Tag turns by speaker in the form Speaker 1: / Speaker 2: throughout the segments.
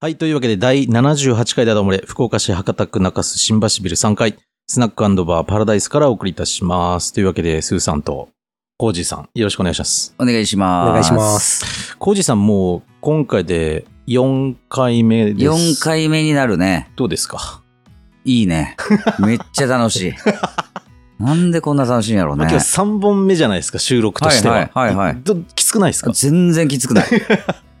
Speaker 1: はい。というわけで、第78回だどもれ、福岡市博多区中洲新橋ビル3階、スナックバーパラダイスからお送りいたします。というわけで、スーさんと、コージーさん、よろしくお願いします。
Speaker 2: お願いします。
Speaker 3: お願いしま。す。
Speaker 1: コージーさん、もう、今回で4回目です。
Speaker 2: 4回目になるね。
Speaker 1: どうですか、
Speaker 2: いいね。めっちゃ楽しい。なんでこんな楽しいんやろう
Speaker 1: ま
Speaker 2: ね
Speaker 1: あ。今日3本目じゃないですか、収録としては。
Speaker 2: はいはいはいはい
Speaker 1: どきつくないですか
Speaker 2: 全然きつくない。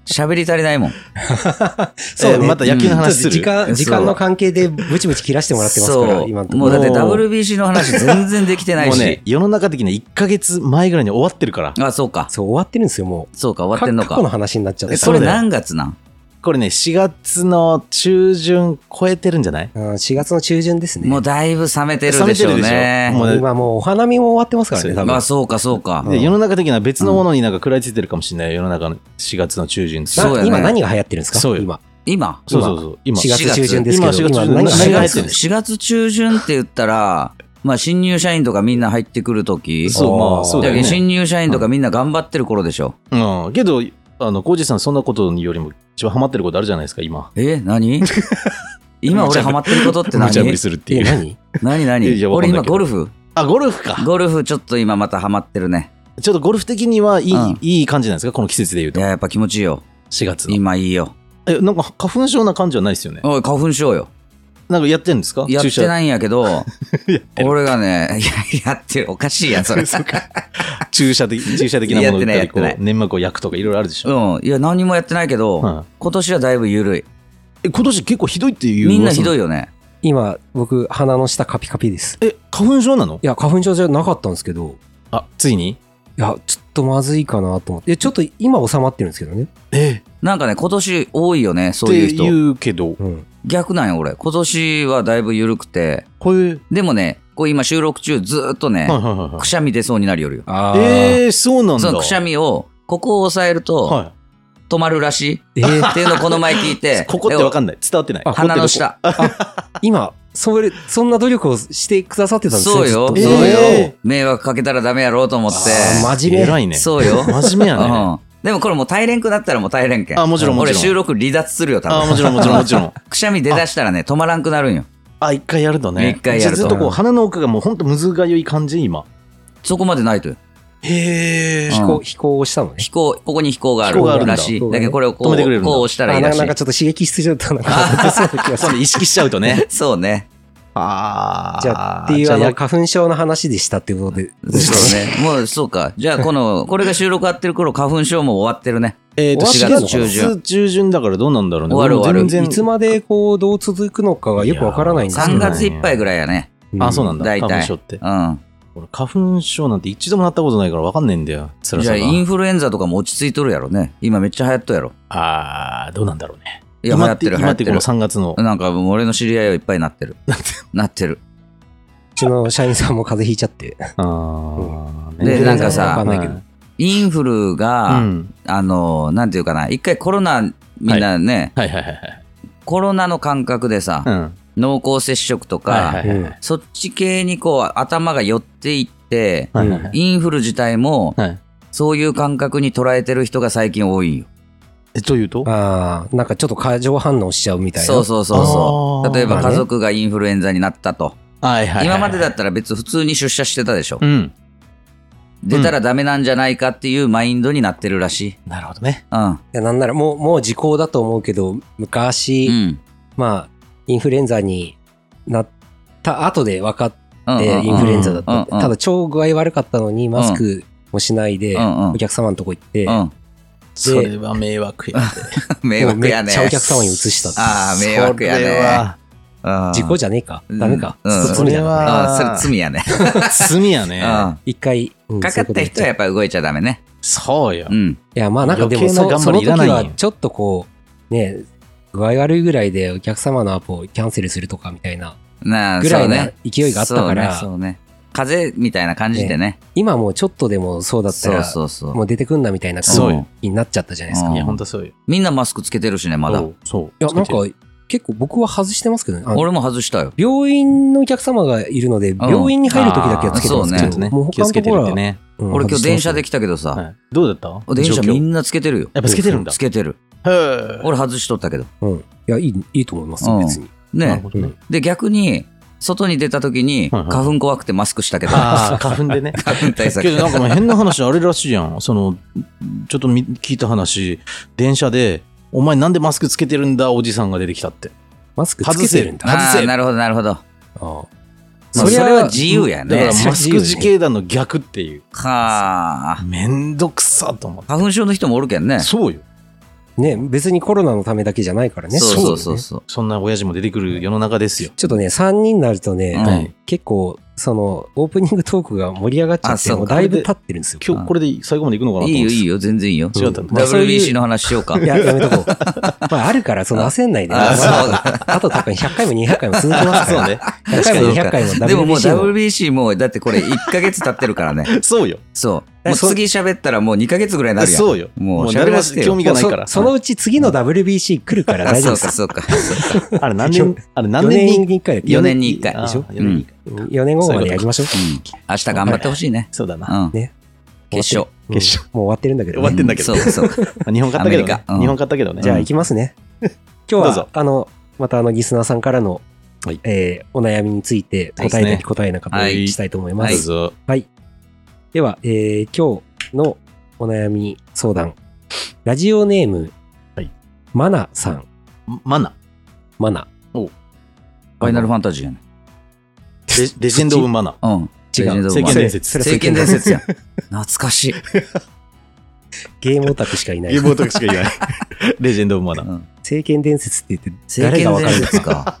Speaker 2: 喋り足りないもん。
Speaker 1: えーまた野球の話する
Speaker 3: 時間、時間の関係でブチブチ切らしてもらってますから、
Speaker 2: そう。
Speaker 3: 今のと
Speaker 2: も
Speaker 3: こ
Speaker 2: うだ
Speaker 3: ろ。
Speaker 2: って WBC の話全然できてない
Speaker 1: もう
Speaker 2: し。
Speaker 1: ね、世の中的に1ヶ月前ぐらいに終わってるから。
Speaker 2: あ、そうか。
Speaker 3: そう、終わってるんですよ、もう。
Speaker 2: そうか、終わってんの
Speaker 3: 過去の
Speaker 2: か。
Speaker 3: 話になっちゃっ
Speaker 2: え
Speaker 3: て。
Speaker 2: そ
Speaker 1: そ
Speaker 2: れ
Speaker 1: うだよ
Speaker 2: 何月なん
Speaker 1: これね、4月の中旬超えてるんじゃない
Speaker 3: うん、4月の中旬ですね。
Speaker 2: もうだいぶ冷めてるでしょう
Speaker 1: 冷めてるでしょ
Speaker 2: ね。
Speaker 1: もうね
Speaker 3: 今もうお花見も終わってますからね、
Speaker 1: そ
Speaker 3: 多
Speaker 1: う
Speaker 3: 分
Speaker 2: あ、。そうか、そうか。
Speaker 1: で世の中的には別のものになんか食らいついてるかもしれない、世の中の4月の中旬って
Speaker 2: そうやね
Speaker 3: 今何が流行ってるんですか
Speaker 1: そうよ
Speaker 3: 今。
Speaker 2: 今
Speaker 1: そうそうそう今
Speaker 3: 4
Speaker 2: 月
Speaker 3: 月中旬ですけど、
Speaker 1: 今4月中
Speaker 3: 今
Speaker 1: 旬
Speaker 3: 何が流
Speaker 1: 何
Speaker 2: 4
Speaker 3: 行
Speaker 1: が
Speaker 3: っ
Speaker 1: 入
Speaker 3: て
Speaker 1: ってる
Speaker 2: 月
Speaker 1: んです
Speaker 2: 4月中旬って言ったら、まあ、新入社員とかみんな入ってくるとき、
Speaker 1: そうまあ
Speaker 3: あー
Speaker 1: そうだ
Speaker 2: だ
Speaker 1: よ
Speaker 2: けど
Speaker 1: ね
Speaker 2: 新入社員とかみんな頑張ってる頃でしょ。
Speaker 1: うんけどあの浩二さんそんなことによりも一番ハマってることあるじゃないですか今
Speaker 2: え 何今俺ハマってることって
Speaker 1: 無茶ぶり
Speaker 2: 何
Speaker 1: するって
Speaker 3: え、
Speaker 1: いう
Speaker 3: 何
Speaker 2: 何
Speaker 1: い
Speaker 2: 何
Speaker 1: やわか
Speaker 2: 俺
Speaker 1: んない
Speaker 2: 今
Speaker 1: けど
Speaker 2: ゴルフ
Speaker 1: あゴルフか
Speaker 2: ゴルフちょっと今またハマってるね。
Speaker 1: ちょっとゴルフ的にはいい,、
Speaker 2: うん
Speaker 1: いい感じなんですかこの季節でいう
Speaker 2: い
Speaker 1: と
Speaker 2: や、やっぱ気持ちいいよ。
Speaker 1: 4月の
Speaker 2: 今いいよ。
Speaker 1: えなんか花粉症な感じはないですよね
Speaker 2: おい、花粉症よ。
Speaker 1: なんかやってんですか
Speaker 2: やってないんやけ ど、
Speaker 1: 注射
Speaker 2: 俺がね、いや、やってる。おかしいやん、 それ。
Speaker 1: 注射 的注射的なものを打った
Speaker 2: やっ
Speaker 1: り
Speaker 2: て
Speaker 1: こ
Speaker 2: ないやってないう
Speaker 1: 粘膜を焼くとかいろいろあるでしょ、
Speaker 2: うん。いや、何もやってないけど、
Speaker 1: うん
Speaker 2: 今年はだいぶ緩い。
Speaker 1: え今年結構ひどいっていう
Speaker 2: みんなひど
Speaker 1: い
Speaker 2: いよね。
Speaker 3: 今、僕、鼻の下カピカピです。
Speaker 1: え花粉症なの
Speaker 3: いや、花粉症じゃなかったんですけど、
Speaker 1: あついに
Speaker 3: いや、ちょっとまずいかなと思って。いやちょっと今収まってるんですけどね。
Speaker 1: え
Speaker 2: なんかね、今年多いよね、
Speaker 1: っ
Speaker 2: そうい
Speaker 1: て
Speaker 2: う人。
Speaker 1: 言うけど
Speaker 3: うん。
Speaker 2: 逆なんよ、俺。今年はだいぶ緩くて。
Speaker 1: こういう
Speaker 2: でもね、こう今収録中ずーっと
Speaker 1: は
Speaker 2: ね、
Speaker 1: いはいはいはい
Speaker 2: くしゃみ出そうになるよるよ。
Speaker 3: あ
Speaker 1: えー、そうなんだ。
Speaker 2: そのくしゃみを、ここを押さえると
Speaker 1: は
Speaker 2: 止まるらしい。
Speaker 3: えー
Speaker 2: っていうのをこの前聞い
Speaker 1: い
Speaker 2: て。。
Speaker 1: ここってわかんない。伝わってない。
Speaker 3: あ
Speaker 2: 鼻の下。
Speaker 3: 今、それ、そんな努力をしてくださってたんですね
Speaker 2: そうよ。そ
Speaker 3: ず
Speaker 2: う
Speaker 3: っと
Speaker 1: えー
Speaker 2: よ。迷惑かけたらダメやろうと思って。
Speaker 3: あー真面目
Speaker 1: 偉いね。
Speaker 2: そうよ。
Speaker 1: 真面目やね。あ
Speaker 2: うん。でもこれもう耐えれんくなったらもう耐えれんけん。
Speaker 1: あもちろんもちろん
Speaker 2: 俺収録離脱するよ、多
Speaker 1: ーも
Speaker 2: 分。
Speaker 1: ちろんも ちろんもちろん。
Speaker 2: くしゃみ出だしたらね、止まらんくなるんよ。
Speaker 1: あ、一回やるとね。
Speaker 2: 一回やると
Speaker 1: ずっとこう、鼻の奥がもうほんとむずがゆい感じ、今。
Speaker 2: そこまでないとよ。
Speaker 1: へえ。
Speaker 3: 飛
Speaker 2: うん
Speaker 3: 行、飛行をしたのね。
Speaker 2: 飛行、ここに飛行がある
Speaker 1: 飛行があるんだ
Speaker 2: らしい。
Speaker 3: 飛行
Speaker 2: だ
Speaker 3: がね
Speaker 2: けどこれをこ
Speaker 1: 止め
Speaker 2: う、
Speaker 1: てくれるんだ
Speaker 2: こう押したらい
Speaker 3: あ
Speaker 2: い
Speaker 3: な
Speaker 2: ら
Speaker 3: ん
Speaker 2: し
Speaker 3: かなんか
Speaker 2: い。。
Speaker 3: ちょっと刺激しすぎちゃったのかな。そうな気がす
Speaker 1: 今
Speaker 3: る
Speaker 1: 度意識しちゃうとね
Speaker 2: そうね。
Speaker 1: あー
Speaker 3: じゃあ、ってい
Speaker 1: じ
Speaker 3: う
Speaker 1: ゃ
Speaker 3: あ
Speaker 1: あ
Speaker 3: の、
Speaker 1: や
Speaker 3: 花粉症の話でしたっていうことで。
Speaker 2: そうね。もう、そうか。じゃあ、この、これが収録終わってる頃、花粉症も終わってるね。
Speaker 1: えっと、
Speaker 3: 終
Speaker 1: 4
Speaker 3: わってん
Speaker 1: 月
Speaker 3: のか
Speaker 1: 中
Speaker 3: な
Speaker 1: 旬。中旬だからどうなんだろうね。
Speaker 2: 終わる
Speaker 1: 俺も
Speaker 2: 終わ
Speaker 1: 全
Speaker 2: る
Speaker 3: いつ
Speaker 1: 然。
Speaker 3: までこう、どう続くのかがよくわからないんですけ
Speaker 2: 3
Speaker 3: ど。
Speaker 2: 月いっぱいぐらいやね。
Speaker 1: あ、そうなんんだ。
Speaker 2: 大体
Speaker 1: 花粉症って。
Speaker 2: うん。
Speaker 1: 俺花粉症なんて一度もなったことないからわかんねえんだよ。辛
Speaker 2: じゃ
Speaker 1: さが。
Speaker 2: あ、インフルエンザとかも落ち着いとるやろね。今めっちゃ流行っとるやろ。
Speaker 1: あー、どうなんだろうね。
Speaker 2: いや、流
Speaker 1: 今
Speaker 2: 行ってる、流
Speaker 1: 今
Speaker 2: 行
Speaker 1: っ
Speaker 2: って
Speaker 1: こ
Speaker 2: てる
Speaker 1: の。3月の。
Speaker 2: なんか、俺の知り合いはいっぱいなってる。なってる。
Speaker 3: うちの社員さんも風邪ひいちゃって。
Speaker 1: あー
Speaker 2: で
Speaker 1: ね
Speaker 2: なんかさ
Speaker 1: わい
Speaker 3: はい
Speaker 2: インフルが、
Speaker 1: うん
Speaker 2: あの、なんていうかな、一回コロナ、みんなね、
Speaker 1: はいはいはいはい。
Speaker 2: コロナの感覚でさ、
Speaker 1: うん。
Speaker 2: 濃厚接触とか、
Speaker 1: はいはい
Speaker 3: うん
Speaker 2: そっち系にこう、頭が寄っていって、
Speaker 1: はいはいはい
Speaker 2: インフル自体も、
Speaker 1: はい
Speaker 2: そういう感覚に捉えてる人が最近多いんよ。
Speaker 1: え、というと
Speaker 3: ああ、なんかちょっと過剰反応しちゃうみたいな。
Speaker 2: そうそうそうそ
Speaker 1: あ
Speaker 2: う。
Speaker 1: ー
Speaker 2: 例えば家族がインフルエンザになったと。
Speaker 1: はいはいはい。
Speaker 2: 今までだったら別普通に出社してたでしょ。
Speaker 1: うん。
Speaker 2: 出たらダメなんじゃないかっていうマインドになってるらしい。
Speaker 1: なるほどね。
Speaker 2: うん。
Speaker 3: いやなんなら、もう、もう時効だと思うけど、昔、
Speaker 2: うん。
Speaker 3: まあ、インフルエンザになった後で分かっ
Speaker 2: うん
Speaker 3: て、インフルエンザだったって。
Speaker 2: うん
Speaker 3: ただ、超具合悪かったのに、マスクもしないで、
Speaker 2: うんうん
Speaker 3: お客様のとこ行って、
Speaker 2: うん。
Speaker 1: それは迷惑や。
Speaker 2: 迷惑や
Speaker 3: もう
Speaker 2: ね
Speaker 3: めっち。ゃお客様に移したって。
Speaker 2: ああ、迷惑や
Speaker 1: それ
Speaker 2: ね。
Speaker 1: は、
Speaker 2: うん
Speaker 3: 時効じゃねえか。
Speaker 2: うん
Speaker 3: ダメか。
Speaker 2: うん
Speaker 3: それ
Speaker 1: それ
Speaker 3: は。
Speaker 2: あ
Speaker 1: は
Speaker 2: あ、それ罪やね。
Speaker 1: 罪やね。
Speaker 2: う。
Speaker 3: 一回、うんん
Speaker 2: かかった人は
Speaker 3: そういうこと言っちゃ
Speaker 2: やっぱ動いちゃダメね。
Speaker 1: そうよ
Speaker 2: う。ん。
Speaker 3: ういや、まあなんかでも
Speaker 1: 余計な
Speaker 3: そ、
Speaker 1: 頑張
Speaker 3: そ
Speaker 1: り
Speaker 3: の
Speaker 1: い
Speaker 3: 時
Speaker 1: らないんよ
Speaker 3: はちょっとこう、ね、具合悪いぐらいでお客様のアポをキャンセルするとかみたいな
Speaker 2: なあ、
Speaker 3: ぐらい
Speaker 2: そう
Speaker 3: な
Speaker 2: ね
Speaker 3: 勢いがあったから、
Speaker 2: そうね、そうね。風邪みたいな感じでね。
Speaker 3: 今もうちょっとでもそうだった
Speaker 2: そう
Speaker 3: ら、
Speaker 2: そうそう。
Speaker 3: もう出てくんなみたいな
Speaker 1: そう
Speaker 3: 感
Speaker 1: よ
Speaker 3: じになっちゃったじゃないですか。
Speaker 2: うん
Speaker 1: いや、ほんとそうよ。
Speaker 2: みんなマスクつけてるしね、まだ。
Speaker 1: そう。
Speaker 3: いや、なんか、結構僕は外してますけどね。あの
Speaker 2: 俺も外したよ。
Speaker 3: 病院のお客様がいるので、病院に入るときだけはつけてます
Speaker 2: あ
Speaker 3: け
Speaker 2: ー
Speaker 3: ど、
Speaker 2: そ
Speaker 3: もう
Speaker 1: 気
Speaker 3: 他
Speaker 1: を
Speaker 3: の
Speaker 1: つけ
Speaker 3: と
Speaker 1: てる
Speaker 3: ころ
Speaker 1: っ
Speaker 3: は
Speaker 1: て、ね。
Speaker 3: うん
Speaker 2: 俺今日電車。
Speaker 3: 外
Speaker 2: で
Speaker 3: して
Speaker 2: 来たけどさ、
Speaker 1: はいどうだった
Speaker 2: 電車み
Speaker 1: なん
Speaker 2: なつけてるよ。
Speaker 1: やっぱつけてるんだ
Speaker 2: つ。けてる。
Speaker 1: へー
Speaker 2: 俺外しとったけど。
Speaker 3: ますいや、いい、いいと思います
Speaker 2: うん
Speaker 3: よ、別に。
Speaker 1: なる
Speaker 2: ね
Speaker 1: ほ。どね。
Speaker 2: で、逆に、外に出た時に、
Speaker 1: はいはい
Speaker 2: 花粉怖くてマスクしたけど、 花
Speaker 1: ああ、花粉でね。
Speaker 2: 粉対策
Speaker 1: け。どなんかもう変な話あれらしいやん。その、ちょっとみ聞いた話、電車で、お前なんでマスクつけてるんだおじさんが出てきたって。
Speaker 3: マスクつけてるんだ。
Speaker 1: 外
Speaker 2: あ
Speaker 1: せ
Speaker 2: あ、なるほど、なるほど。
Speaker 3: あ
Speaker 2: まあそれは自由
Speaker 1: だ
Speaker 2: や
Speaker 1: から
Speaker 2: ね。
Speaker 1: マスク自警団の逆っていう。
Speaker 2: はあ。
Speaker 1: めんどくさと思って。
Speaker 2: 花粉症の人もおるけんね。
Speaker 1: そうよ。
Speaker 3: あね、別にコロナのためだけじゃないからね。
Speaker 2: そうそう
Speaker 3: そ
Speaker 2: そうう
Speaker 3: ね
Speaker 2: そう。
Speaker 1: そんな親父も出てくる世の中ですよ。
Speaker 3: ちょっとね、3人になるとね、
Speaker 2: うん
Speaker 1: はい
Speaker 3: 結構、その、オープニングトークが盛り上がっちゃ
Speaker 2: あ
Speaker 3: って、
Speaker 2: そう
Speaker 3: もうだいぶ経ってるんですよ。
Speaker 1: 今日これで最後まで行くのかなと
Speaker 2: い
Speaker 1: 思っ
Speaker 2: いよ、
Speaker 1: て
Speaker 2: いいよ、全然いいよ。
Speaker 1: 違ったんだ
Speaker 3: まあそういう
Speaker 2: WBC の話しようか。
Speaker 3: いや、やめとこう。まあ、あるから、その焦んないで。
Speaker 2: あそう
Speaker 3: あと多分100回も200回も続き ます
Speaker 1: そ
Speaker 3: か
Speaker 1: う
Speaker 3: ら。
Speaker 1: ね。
Speaker 3: 100回も200回も WBC
Speaker 2: でももう
Speaker 3: の
Speaker 2: WBC も、だっ てこれ1ヶ月経ってるからね。
Speaker 1: そうよ。
Speaker 2: そう。
Speaker 3: え
Speaker 2: もう
Speaker 3: そ
Speaker 2: 次喋ったらもう2ヶ月ぐらいになるやん。
Speaker 1: そうよ。
Speaker 2: も
Speaker 1: も
Speaker 2: う
Speaker 1: う
Speaker 2: 喋
Speaker 1: 誰も
Speaker 2: らせて
Speaker 1: 興
Speaker 2: よ。
Speaker 1: 味がないから。
Speaker 3: そそのうち次の WBC 来るから
Speaker 2: あ、
Speaker 3: 大丈
Speaker 2: そ
Speaker 3: 夫
Speaker 2: う
Speaker 3: です
Speaker 2: か、。そうか。そうか
Speaker 1: あれ何年、あれ何
Speaker 3: 4
Speaker 1: 年に
Speaker 3: 年に1回だっけ
Speaker 2: 四年に一回
Speaker 1: あー
Speaker 3: でしょ
Speaker 1: 四年に一回
Speaker 3: 4年後までやりましょう。
Speaker 2: うん。明日頑張ってほしい ね。
Speaker 1: そうだ
Speaker 2: う
Speaker 1: な。
Speaker 2: ん。
Speaker 3: ね
Speaker 2: 決勝。
Speaker 3: うん
Speaker 1: 決勝
Speaker 3: もう終わってるんだけど
Speaker 1: 終わっ
Speaker 3: ね。
Speaker 1: てんだけど
Speaker 2: うそうそう。
Speaker 1: 日本勝ったけど
Speaker 2: アメ
Speaker 1: ね
Speaker 2: リ。カうん
Speaker 1: 日本勝ったけどね。
Speaker 3: じゃあ行きますね。今日
Speaker 1: どうぞ
Speaker 3: は、あの、またあの、リスナーさんからの
Speaker 1: はい、
Speaker 3: えーお悩みについて答
Speaker 1: そうです
Speaker 3: えた
Speaker 1: ね
Speaker 3: り答えなかった
Speaker 2: はい
Speaker 3: りしたいと思いま
Speaker 1: どう
Speaker 3: す。
Speaker 1: ぞ。
Speaker 3: では、えー今日のお悩み相談。ラジオネーム
Speaker 1: はい、
Speaker 3: マナさん。
Speaker 1: マナ。
Speaker 3: マナ。
Speaker 2: ファイナルファンタジーやね。
Speaker 1: レレジェンド・オブ・マナ。
Speaker 2: うん。
Speaker 3: 違
Speaker 2: レジ
Speaker 3: う
Speaker 2: ェンドオブ
Speaker 1: 聖
Speaker 2: マ
Speaker 1: 剣
Speaker 2: ン
Speaker 1: 伝説
Speaker 3: そ。れ
Speaker 2: 聖剣伝説やん。懐かしい。
Speaker 3: ゲームオタクしかいない
Speaker 1: ゲ。ームオタクしか言えない。 レジェンド・オブ・マナ。
Speaker 2: うん
Speaker 3: 聖剣伝説って言って、
Speaker 2: 聖
Speaker 3: 誰が
Speaker 2: 剣
Speaker 3: わか
Speaker 2: 伝
Speaker 3: る
Speaker 2: 説か。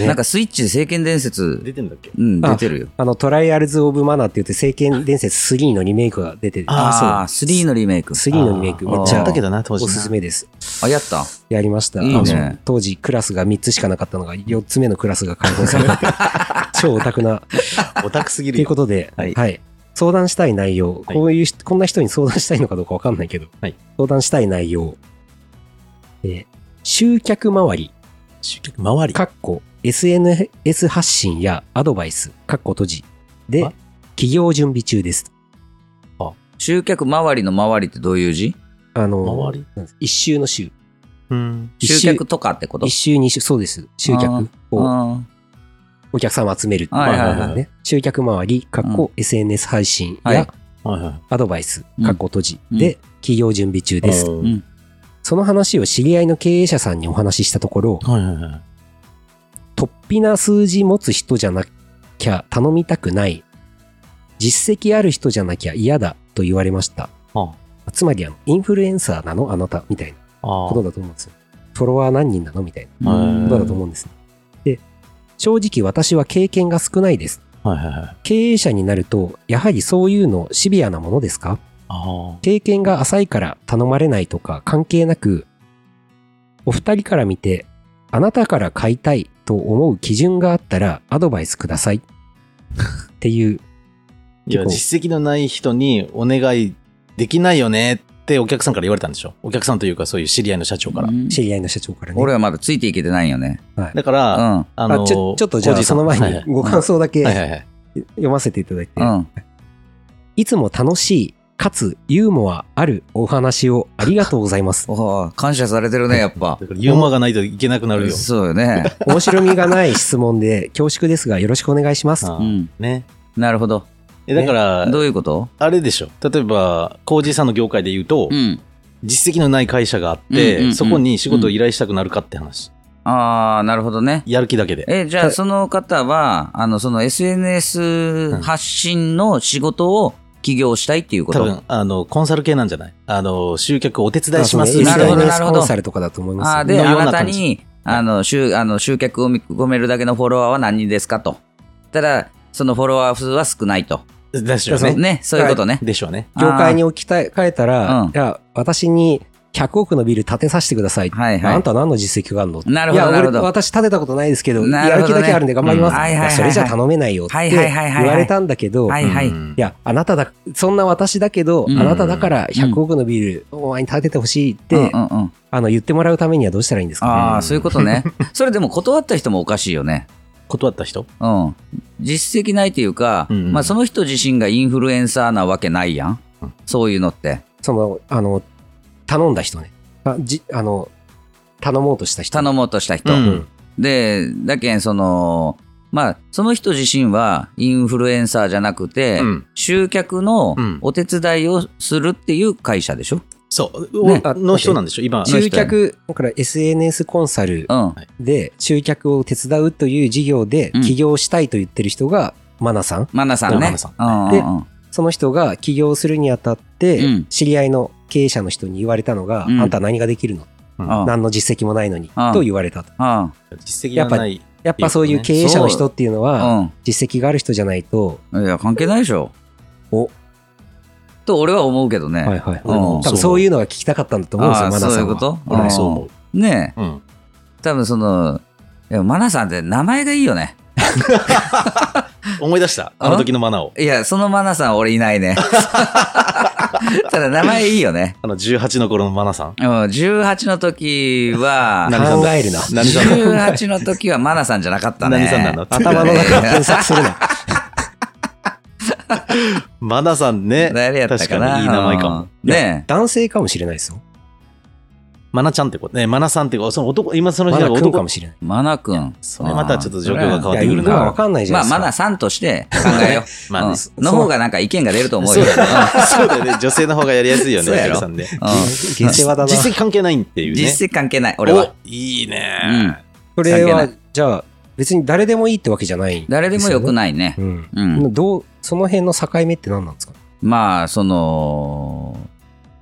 Speaker 3: ね
Speaker 2: なんかスイッチで聖剣伝説、
Speaker 1: 出てんだっけ
Speaker 2: うん、
Speaker 3: あ
Speaker 2: 出てるよ。
Speaker 3: あの、トライアルズ・オブ・マナーって言って、聖剣伝説3のリメイクが出てる。
Speaker 1: あ
Speaker 2: ああ、3のリメイク。
Speaker 3: 3のリメイク、
Speaker 1: あー
Speaker 3: めっち
Speaker 1: や
Speaker 3: ゃ
Speaker 1: ったけどな、当時
Speaker 3: お
Speaker 1: な。
Speaker 3: すすめです。
Speaker 2: あ、やった。
Speaker 3: やりました。
Speaker 2: いいね
Speaker 3: あの当時、クラスが3つしかなかったのが、4つ目のクラスが開放されて、 超オタクな。
Speaker 1: オタクすぎ
Speaker 3: と
Speaker 1: る
Speaker 3: いう
Speaker 1: よ。
Speaker 3: ことで、
Speaker 1: は
Speaker 3: はいい。相談したい内容、
Speaker 1: はい
Speaker 3: こういう人、こんな人に相談したいのかどうかわかんないけど、
Speaker 1: はい
Speaker 3: 相談したい内容。えー集客周り。
Speaker 1: 集客周り。
Speaker 3: かっこ SNS 発信やアドバイス、かっこ閉じ。で
Speaker 1: あ、
Speaker 3: 起業準備中です。
Speaker 2: 集客周りの周りってどういう字
Speaker 3: あの
Speaker 1: 周、り
Speaker 3: なんです一周の週。
Speaker 1: うん。
Speaker 3: 一
Speaker 2: 集
Speaker 3: 周
Speaker 2: 客とかってこと
Speaker 3: 一周二周、そうです。集
Speaker 2: あ
Speaker 3: 客を
Speaker 2: あ
Speaker 3: お客様集めるってう
Speaker 2: はい
Speaker 1: はいはい
Speaker 3: まあね集客周り、かっこ SNS 配信
Speaker 2: はい
Speaker 3: や
Speaker 1: はいはい。
Speaker 3: アドバイス
Speaker 2: う、ん
Speaker 3: かっこ閉じ。
Speaker 2: うん
Speaker 3: で、起業準備中です
Speaker 1: あ。ー
Speaker 2: うん
Speaker 3: その話を知り合いの経営者さんにお話ししたところ、
Speaker 1: はいはいはい。
Speaker 3: 突飛な数字持つ人じゃなきゃ頼みたくない。実績ある人じゃなきゃ嫌だと言われました。
Speaker 1: あ
Speaker 3: つまりあの、インフルエンサーなのあなたみたいな
Speaker 1: あ
Speaker 3: ことだと思うんですよ。フォロワー何人なのみたいな
Speaker 1: あ
Speaker 2: うん
Speaker 3: ことだと思うんですね。で、正直私は経験が少ないです。
Speaker 1: ー。はいはいはい。
Speaker 3: 経営者になると、やはりそういうのシビアなものですか
Speaker 1: あ
Speaker 3: 経験が浅いから頼まれないとか関係なく、お二人から見て、あなたから買いたいと思う基準があったらアドバイスください。っていう、
Speaker 1: ー。いや、
Speaker 3: 結構
Speaker 1: 実績のない人にお願いできないよねってお客さんから言われたんでしょ。お客さんというかそういう知り合いの社長から
Speaker 2: う。ん
Speaker 3: 知り合いの社長からね。
Speaker 2: 俺はまだついていけてないよね。
Speaker 1: だか
Speaker 2: う
Speaker 1: ら、
Speaker 2: ん。
Speaker 1: あの
Speaker 3: あ
Speaker 1: ー、
Speaker 3: ちょ、ちょっとじゃ
Speaker 1: コー
Speaker 3: あ
Speaker 1: ジさ
Speaker 3: そ
Speaker 1: ん
Speaker 3: の前
Speaker 1: はいは
Speaker 3: に
Speaker 1: い
Speaker 3: ご感想だけ
Speaker 1: はいはいはい。
Speaker 3: 読ませていただいて
Speaker 2: う、ん。
Speaker 3: いつも楽しい、かつユーモアあるお話をありがとうござい ます。
Speaker 2: おー感謝されてるね、やっぱ
Speaker 1: だ。からユーモアがないといけなくなるよ。
Speaker 2: そうよね。
Speaker 3: 面白みがない質問で恐縮ですがよろしくお願いします。
Speaker 1: あ
Speaker 2: う
Speaker 1: ー
Speaker 2: ん。
Speaker 1: ね。
Speaker 2: なるほど。
Speaker 1: えだから、
Speaker 2: どういうこと
Speaker 1: あれでしょ。例えば、工事さんの業界で言うと
Speaker 2: う、ん。
Speaker 1: 実績のない会社があっ
Speaker 2: うんうんう
Speaker 1: て、
Speaker 2: ん
Speaker 1: そこに仕事を依頼したくなるかって話。
Speaker 2: ああ、なるほどね。
Speaker 1: やる気だけで。
Speaker 2: え、じゃあその方は、あの、その SNS 発信の仕事を起業したいっていうこ
Speaker 1: 多
Speaker 2: と。
Speaker 1: 分、あの、コンサル系なんじゃないあの、集客お手伝いします
Speaker 3: あ
Speaker 1: み
Speaker 3: そ
Speaker 1: た
Speaker 3: う
Speaker 1: い
Speaker 3: ね
Speaker 1: な。
Speaker 2: なるほどなるほど
Speaker 3: SNS コンサルとかだと思います
Speaker 2: あ
Speaker 3: よ
Speaker 2: あ、
Speaker 3: ね。
Speaker 2: で、
Speaker 1: の
Speaker 2: あ
Speaker 1: ような
Speaker 2: なた
Speaker 1: 感じ
Speaker 2: に、あの、集あの集客を見込めるだけのフォロワーは何人ですかと。ただ、そのフォロワー数は少ないと。
Speaker 1: でしょうね。
Speaker 2: ね、そういうことね。
Speaker 1: でしょうね。
Speaker 3: 業界に置き換えた
Speaker 2: う
Speaker 3: ら
Speaker 2: ん、
Speaker 3: いや、私に100億のビル建てさせてください。
Speaker 2: はいはい
Speaker 3: あんた何の実績があるの
Speaker 2: なるほど
Speaker 3: いや
Speaker 2: なるほ
Speaker 3: 俺
Speaker 2: ど
Speaker 3: 私建てたことないですけど、
Speaker 2: なる
Speaker 3: やる
Speaker 2: ほ
Speaker 3: 気
Speaker 2: どね
Speaker 3: だけあるんで頑張ります。
Speaker 2: うんはいはいはいはい
Speaker 3: いやそれじゃ頼めないよって
Speaker 2: はいはいはいはい
Speaker 3: 言われたんだけど、
Speaker 2: はいいはい。
Speaker 3: や、あなただ、そんな私だけど、
Speaker 2: うん
Speaker 3: あなただから100億のビル、お前に建ててほしいって、
Speaker 2: うんうんうん、
Speaker 3: あの、言ってもらうためにはどうしたらいいんですか
Speaker 2: ああ、そういうこ とね。それでも断った人もおかしいよね。
Speaker 1: 断った人
Speaker 2: うん、実績ないというか、
Speaker 1: うんうん
Speaker 2: まあ、その人自身がインフルエンサーなわけないやん、
Speaker 1: うん
Speaker 2: そういうのって
Speaker 3: その、あの、頼んだ人ね。あじあの、頼もうとした人。
Speaker 2: 頼もうとした人、
Speaker 1: う
Speaker 3: うんん。
Speaker 2: でだけんそのまあその人自身はインフルエンサーじゃなくて、
Speaker 1: うん
Speaker 2: 集客の
Speaker 1: うん
Speaker 2: お手伝いをするっていう会社でしょ、
Speaker 1: そう、
Speaker 2: ね
Speaker 1: おの人なんでしょ今。
Speaker 2: ち
Speaker 3: 集客、だから SNS コンサル
Speaker 2: うん、
Speaker 3: で集客を手伝うという事業で
Speaker 2: うん
Speaker 3: 起業したいと言ってる人がマナさん。
Speaker 2: マナさん
Speaker 1: マ
Speaker 2: ね
Speaker 1: ナさん
Speaker 2: うんうん
Speaker 3: その人が起業するにあたっ
Speaker 2: う
Speaker 3: て
Speaker 2: ん、
Speaker 3: 知り合いの経営者の人に言われたのが、
Speaker 2: うん
Speaker 3: あんた何ができるの
Speaker 2: うんうん
Speaker 3: 何の実績もないのに
Speaker 2: うん。
Speaker 3: と言われたと。
Speaker 2: うん
Speaker 1: 実績がない。
Speaker 3: やっぱそういう経営者の人っていうのは、実績がある人じゃないと、
Speaker 2: うんいや関係ないでしょ
Speaker 3: お、
Speaker 2: と俺は思うけどね、
Speaker 3: はいはい。
Speaker 2: うん
Speaker 3: 多分そういうのが聞きたかったんだと思うんですよ、
Speaker 2: あー
Speaker 3: マナ
Speaker 2: そうい
Speaker 3: さ
Speaker 2: うんこ
Speaker 3: は。
Speaker 2: と、
Speaker 1: 俺もそう思う。
Speaker 2: うんねえ
Speaker 1: うん。
Speaker 2: 多分その、いやマナさんって名前がいいよね。
Speaker 1: 思い出した。あの時のマナーを。
Speaker 2: いや、そのマナさん俺いないね。ただ名前いいよね。
Speaker 1: あの、18の頃のマナさん。
Speaker 2: うん18の時 は、
Speaker 1: 何さん
Speaker 3: 考えるな。
Speaker 1: 何さん
Speaker 2: 18の時はマナさんじゃなかったね。
Speaker 1: 何さんなん だって
Speaker 3: 頭の中で検索するな。
Speaker 1: マナさんね。
Speaker 2: 誰やったかな
Speaker 1: 確かにいい名前かも
Speaker 2: うんね
Speaker 3: 男性かもしれないですよ。
Speaker 1: マナちゃんってことね。マナさんってこと、その男、今その
Speaker 3: ま
Speaker 1: 人
Speaker 3: だ
Speaker 1: が
Speaker 3: 来る
Speaker 1: 男
Speaker 3: かもしれない。
Speaker 2: え、マナ君。
Speaker 1: それまたちょっと状況が変わ
Speaker 3: い
Speaker 1: っ
Speaker 3: や、
Speaker 1: て
Speaker 3: い
Speaker 1: くる
Speaker 3: るの
Speaker 1: な。
Speaker 3: がわかんないじゃ
Speaker 2: まあ、
Speaker 3: ないです
Speaker 2: マ
Speaker 3: か。
Speaker 2: ナさんとして考えよ
Speaker 1: まあね。
Speaker 2: う。うんの方がなんか意見が出ると思うよ。
Speaker 1: そうだね。 そうだよね。女性の方がやりやすいよね。
Speaker 2: そうや
Speaker 1: ヒ
Speaker 2: ろ
Speaker 1: ロさんね。
Speaker 2: うん
Speaker 3: 下世話だな。
Speaker 1: 実績関係ないっていうね。
Speaker 2: 実績関係ない、俺は。
Speaker 1: お。いい
Speaker 2: うん
Speaker 1: ね。
Speaker 3: これ
Speaker 2: 関係
Speaker 3: は
Speaker 2: な、
Speaker 3: じゃあ、別に誰でもいいってわけじゃない。
Speaker 2: 誰でもよくないね。
Speaker 3: うん。
Speaker 2: うん。
Speaker 3: どう、その辺の境目って何なんですか
Speaker 2: まあその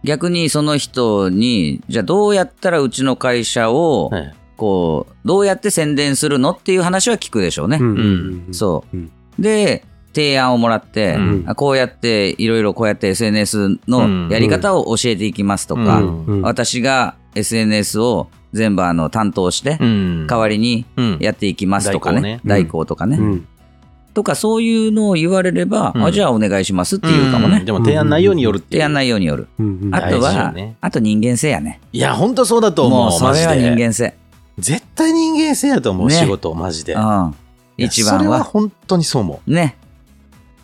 Speaker 2: 逆にその人にじゃあどうやったらうちの会社を
Speaker 1: はい
Speaker 2: こうどうやって宣伝するのっていう話は聞くでしょうね。
Speaker 1: ん
Speaker 2: そう、
Speaker 3: うん
Speaker 2: で提案をもらって、
Speaker 1: う
Speaker 3: う
Speaker 1: ん
Speaker 3: ん
Speaker 2: あこうやっていろいろこうやって SNS
Speaker 1: うん
Speaker 2: のやり方を教えていきますとか、
Speaker 1: うん
Speaker 3: うん
Speaker 2: 私が SNS を全部あの担当して
Speaker 1: うん。
Speaker 2: 代わりに
Speaker 1: うん。
Speaker 2: やっていきますとかね
Speaker 3: 代行ね
Speaker 2: 代行とかね、
Speaker 3: うん
Speaker 2: とかそういうのを言われれば、
Speaker 1: うん
Speaker 2: あじゃあお願いしますっていうかもね、
Speaker 1: でも提案内容によるっていう。
Speaker 2: 提案内容による。
Speaker 3: うんうん
Speaker 2: あと
Speaker 1: 大事よ
Speaker 2: は、
Speaker 1: ね
Speaker 2: あと人間性やね。
Speaker 1: いや、ほんとそうだと思う。
Speaker 2: もうそ
Speaker 1: マジ
Speaker 2: れは
Speaker 1: で
Speaker 2: 人間性。
Speaker 1: 絶対人間性やと思う、
Speaker 2: ね
Speaker 1: 仕事、マジで。
Speaker 2: うん。
Speaker 1: いや
Speaker 2: 一
Speaker 1: そ
Speaker 2: 番
Speaker 1: れは
Speaker 2: は。
Speaker 1: 本当にそう思
Speaker 2: ね。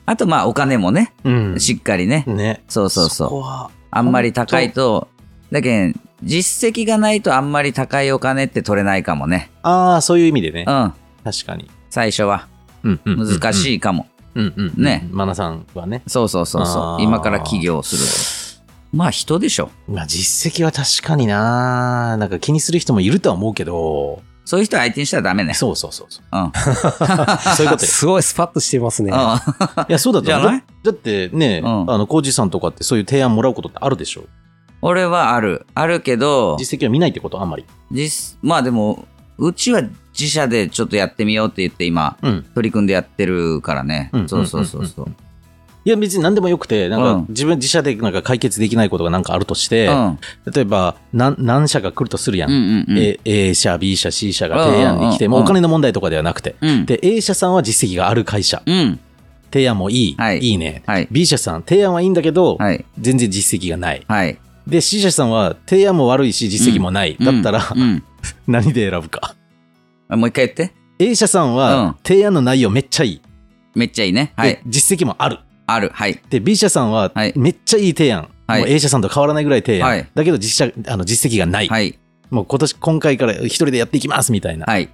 Speaker 2: あとまあお金もね、
Speaker 1: う。うん
Speaker 2: しっかりね。
Speaker 1: ね。
Speaker 2: そうそう
Speaker 1: こ
Speaker 2: そう。
Speaker 1: は
Speaker 2: あんまり高いと、だけん、実績がないとあんまり高いお金って取れないかもね。
Speaker 1: ああ、そういう意味でね
Speaker 2: う。ん。
Speaker 1: 確かに。
Speaker 2: 最初は難
Speaker 1: い。
Speaker 2: しいかも。
Speaker 1: うんうんうん。
Speaker 2: ね
Speaker 1: マナさんはね。
Speaker 2: そうそうそう
Speaker 1: あ
Speaker 2: そ
Speaker 1: ー
Speaker 2: う。今から起業すると。まあ人でしょ。
Speaker 1: まあ実績は確かにな。なんか気にする人もいるとは思うけど。
Speaker 2: そういう人相手にしたらダメね。
Speaker 1: そうそうそうそう。
Speaker 2: うん。うん。
Speaker 1: そういうことよ
Speaker 3: すごいスパッとしてますね。
Speaker 1: いや、そうだと思う
Speaker 2: じゃない
Speaker 1: だだってね、
Speaker 2: うん
Speaker 1: あの、コージさんとかってそういう提案もらうことってあるでしょ
Speaker 2: 俺はある。あるけど、
Speaker 1: 実績は見ないってことあんまり。
Speaker 2: 実まあでもうちは自社でちょっとやってみようって言って今
Speaker 1: うん。
Speaker 2: 取り組んでやってるからね、
Speaker 1: うん
Speaker 2: そうそうそうそう、うん
Speaker 1: いや、別に何でもよくて、なん
Speaker 2: う
Speaker 1: か
Speaker 2: ん
Speaker 1: 自分自社でなんか解決できないことがなんかあるとして、例えば何、何社が来るとするや
Speaker 2: うん
Speaker 1: ん。
Speaker 2: うんうん
Speaker 1: A, A 社、B 社、C 社が提案に来て、
Speaker 2: うん
Speaker 1: も
Speaker 2: うんうん
Speaker 1: うお金の問題とかではなくて。
Speaker 2: うん
Speaker 1: で、A 社さんは実績がある会社。
Speaker 2: うん
Speaker 1: 提案もいい。、
Speaker 2: はいい
Speaker 1: いね。
Speaker 2: はい
Speaker 1: B 社さん、提案はいいんだけど、
Speaker 2: はい
Speaker 1: 全然実績がない。
Speaker 2: はい
Speaker 1: で、C 社さんは提案も悪いし、実績もない。だったら、
Speaker 2: うんうん
Speaker 1: 何で選ぶか。
Speaker 2: あもう一回言って
Speaker 1: A 社さん
Speaker 2: う
Speaker 1: は
Speaker 2: ん、
Speaker 1: 提案の内容めっちゃいい。
Speaker 2: めっちゃいいねは
Speaker 1: で
Speaker 2: い
Speaker 1: 実績もある。
Speaker 2: あるはい
Speaker 1: で、B 社さんは
Speaker 2: はい、
Speaker 1: めっちゃいい提案。
Speaker 2: はい
Speaker 1: もう A 社さんと変わらないぐらい提案。
Speaker 2: はい
Speaker 1: だけど実社、あの実績がない。
Speaker 2: はい
Speaker 1: もう今年、今回から一人でやっていきますみたいな。
Speaker 2: はい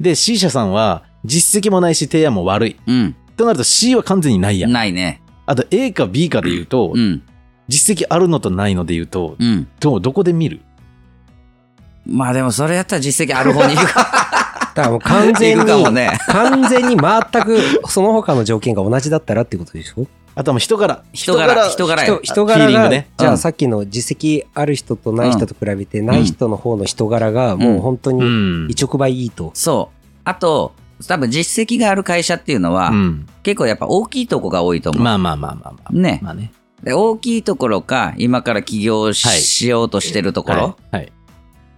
Speaker 1: で、C 社さんは、実績もないし、提案も悪い。
Speaker 2: うん
Speaker 1: となると C は完全にないやん。
Speaker 2: ないね
Speaker 1: あと A か B かで言うと、
Speaker 2: うん
Speaker 1: 実績あるのとないので言うと、
Speaker 2: うん
Speaker 1: どうどこで見る
Speaker 2: まあでもそれやったら実績ある方に行 くか
Speaker 3: だからもう完全
Speaker 2: 行くかも
Speaker 3: に、
Speaker 2: ね
Speaker 3: 完全に全くその他の条件が同じだったらってことでしょ
Speaker 1: あとはもう人柄。
Speaker 2: 人柄人
Speaker 1: 人
Speaker 2: 柄
Speaker 3: 人
Speaker 2: や
Speaker 3: 人
Speaker 1: ヒー
Speaker 3: 柄
Speaker 1: リング
Speaker 3: が、
Speaker 1: ね
Speaker 3: じゃ
Speaker 2: うん
Speaker 3: あさっきの実績ある人とない人と比べて、ない人の方の人柄がもう本当
Speaker 1: う
Speaker 3: に
Speaker 1: ん。
Speaker 3: 一億倍いいと。
Speaker 2: そうあと多分実績がある会社っていうのは、
Speaker 1: うん
Speaker 2: 結構やっぱ大きいとこが多いと思う、
Speaker 1: まあまあまあまあまあ。
Speaker 2: ね
Speaker 1: まあね。
Speaker 2: で大きいところか今から起業し,、
Speaker 1: はい
Speaker 2: ようとしてるところ、
Speaker 1: はいはい。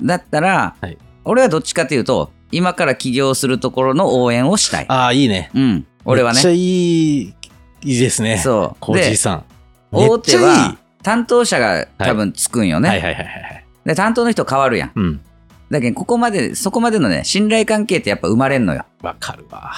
Speaker 2: だったら、
Speaker 1: はい
Speaker 2: 俺はどっちかというと今から起業するところの応援をしたい、
Speaker 1: ああ、いいね。
Speaker 2: うん、俺は
Speaker 1: め
Speaker 2: ね
Speaker 1: っちゃいい、いいですね。う。
Speaker 2: そ
Speaker 1: コ
Speaker 2: う
Speaker 1: ージー
Speaker 2: で
Speaker 1: さん。め
Speaker 2: 大
Speaker 1: っち
Speaker 2: 手
Speaker 1: ゃいい。
Speaker 2: は担当者が多分つくんよね、
Speaker 1: はいはいはいはい。
Speaker 2: で担当の人変わるやん
Speaker 1: うん。
Speaker 2: だけどここまでそこまでのね信頼関係ってやっぱ生まれんのよ
Speaker 1: わかるわ。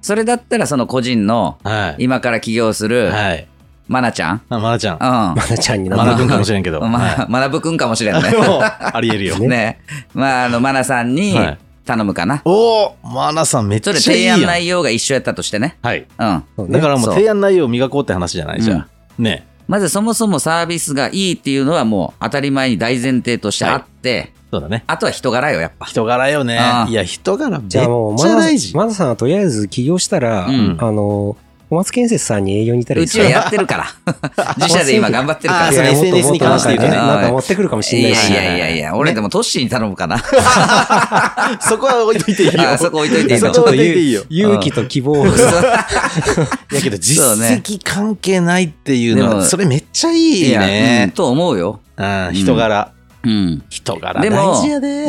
Speaker 2: それだったらその個人の
Speaker 1: はい。
Speaker 2: 今から起業する
Speaker 1: はい。
Speaker 2: マナちゃん、
Speaker 1: あまなちゃん。
Speaker 2: うん
Speaker 3: まなちゃんにな
Speaker 1: ま
Speaker 3: っ
Speaker 1: なくんかもしれんけど。
Speaker 2: ま
Speaker 1: は
Speaker 2: あ、学ぶくんかもしれん
Speaker 1: い。
Speaker 2: ね
Speaker 1: で。も、 ありえるよ。
Speaker 2: ね。まあ、あの、マナさんに
Speaker 1: はい
Speaker 2: 頼むかな。
Speaker 1: おおマナさんめっち
Speaker 2: そ
Speaker 1: ゃ
Speaker 2: れ、
Speaker 1: いい
Speaker 2: 提
Speaker 1: や
Speaker 2: 案
Speaker 1: ん。
Speaker 2: 内容が一緒やったとしてね。
Speaker 1: はい。
Speaker 2: うん。
Speaker 3: たね
Speaker 1: だからもう
Speaker 2: そう
Speaker 1: 提案内容を磨こうって話じゃないじゃん。ね。
Speaker 2: まず、そもそもサービスがいいっていうのはもう当たり前に大前提としてあって、
Speaker 1: そうだね。
Speaker 2: あとは人柄よ、やっぱ。
Speaker 1: 人柄よね
Speaker 2: あ。ー
Speaker 1: いや、人柄めっち
Speaker 3: じゃあもう、
Speaker 1: ゃ
Speaker 3: まな
Speaker 1: 大事。
Speaker 3: まなさんはとりあえず起業したら、
Speaker 2: う
Speaker 3: あ
Speaker 2: ん
Speaker 3: の、小松建設さんに営業にいたり
Speaker 2: うちはやってるから。自社で今頑張ってるか
Speaker 1: あ
Speaker 2: ら。
Speaker 1: ー
Speaker 2: い
Speaker 1: そ
Speaker 2: や
Speaker 1: う
Speaker 2: い
Speaker 1: ね
Speaker 2: や
Speaker 3: いやもっと
Speaker 1: SNS に関して言うとね
Speaker 3: もっとなんか持ってくるかもしれないし。
Speaker 2: いやいやいや、俺でもトッシーに頼むかな。
Speaker 1: そこは置いといていいよ。
Speaker 2: あそこ置いといていい
Speaker 1: そ
Speaker 2: の
Speaker 1: こ
Speaker 3: ちょっ
Speaker 1: 置
Speaker 3: と
Speaker 1: いといていいよ
Speaker 3: 勇。勇気と希 望を。
Speaker 1: だけど実
Speaker 2: そうね
Speaker 1: 績関係ないっていうの
Speaker 2: でも
Speaker 1: は、それめっちゃいい
Speaker 2: やうん
Speaker 1: ね。
Speaker 2: と思うよ。
Speaker 1: うん、人柄。
Speaker 2: うん。
Speaker 1: 人柄
Speaker 2: で
Speaker 1: 大
Speaker 2: も
Speaker 1: 事やで。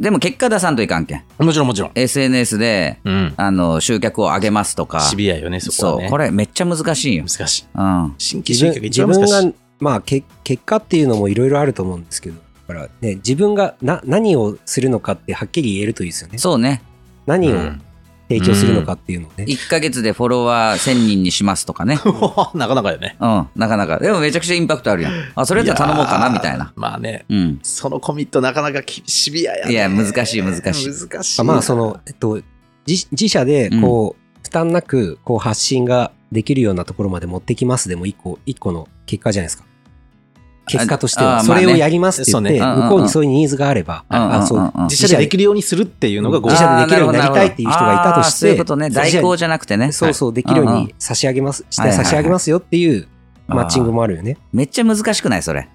Speaker 2: でも結果出さんといかんけん。
Speaker 1: もちろんもちろん。
Speaker 2: SNS で、
Speaker 1: うん。
Speaker 2: あの、集客を上げますとか。
Speaker 1: シビアよね、そこ
Speaker 2: そ
Speaker 1: は
Speaker 2: う、
Speaker 1: ね。
Speaker 2: これめっちゃ難しいよ。
Speaker 1: 難しい。
Speaker 2: うん。
Speaker 1: 新規
Speaker 3: 自
Speaker 1: 集
Speaker 3: 分
Speaker 1: 客一
Speaker 3: 自
Speaker 1: 番
Speaker 3: 分
Speaker 1: 難しい。
Speaker 3: が、まあ、け結果っていうのもいろいろあると思うんですけど、だからね、自分がな何をするのかってはっきり言えるといいですよね。
Speaker 2: そうね。
Speaker 3: 何
Speaker 1: う
Speaker 3: を
Speaker 1: ん
Speaker 3: 提供するのかっていうのをね。
Speaker 2: 1ヶ月でフォロワー1000人にしますとかね。
Speaker 1: なかなかよね。
Speaker 2: うん。なかなか。でもめちゃくちゃインパクトあるやん。あ、それやったら頼もうかな、みたい
Speaker 1: や
Speaker 2: な。
Speaker 1: ー。まあね、
Speaker 2: うん。
Speaker 1: そのコミットなかなかきシビアやね。
Speaker 2: いや難しい難しい
Speaker 1: 難しい
Speaker 3: あ
Speaker 1: な。
Speaker 3: まあ、その、えっと、自自社で、こう、負担なく、こう、発信ができるようなところまで持ってきますでも、一個、一個の結果じゃないですか。結果として
Speaker 2: ああ
Speaker 3: は、それをやりますって言って、
Speaker 1: ま
Speaker 2: あねそうね
Speaker 3: 向こうにそういうニーズがあれば、
Speaker 2: うんうんうんうん
Speaker 3: あ、そう、
Speaker 1: 自社でできるようにするっていうのがご
Speaker 3: 自社でできるようになりたい
Speaker 2: あー
Speaker 3: っていう人がいたとして
Speaker 2: あーそういうことね。
Speaker 3: 自社
Speaker 2: 代
Speaker 3: に
Speaker 2: 行じゃなくてね。
Speaker 3: そうそう、できるように差し上げます、し
Speaker 2: はい
Speaker 3: て
Speaker 2: はいは
Speaker 3: 差
Speaker 2: い
Speaker 3: し上げますよっていうマッチングもあるよね。
Speaker 2: めっちゃ難しくないそれ。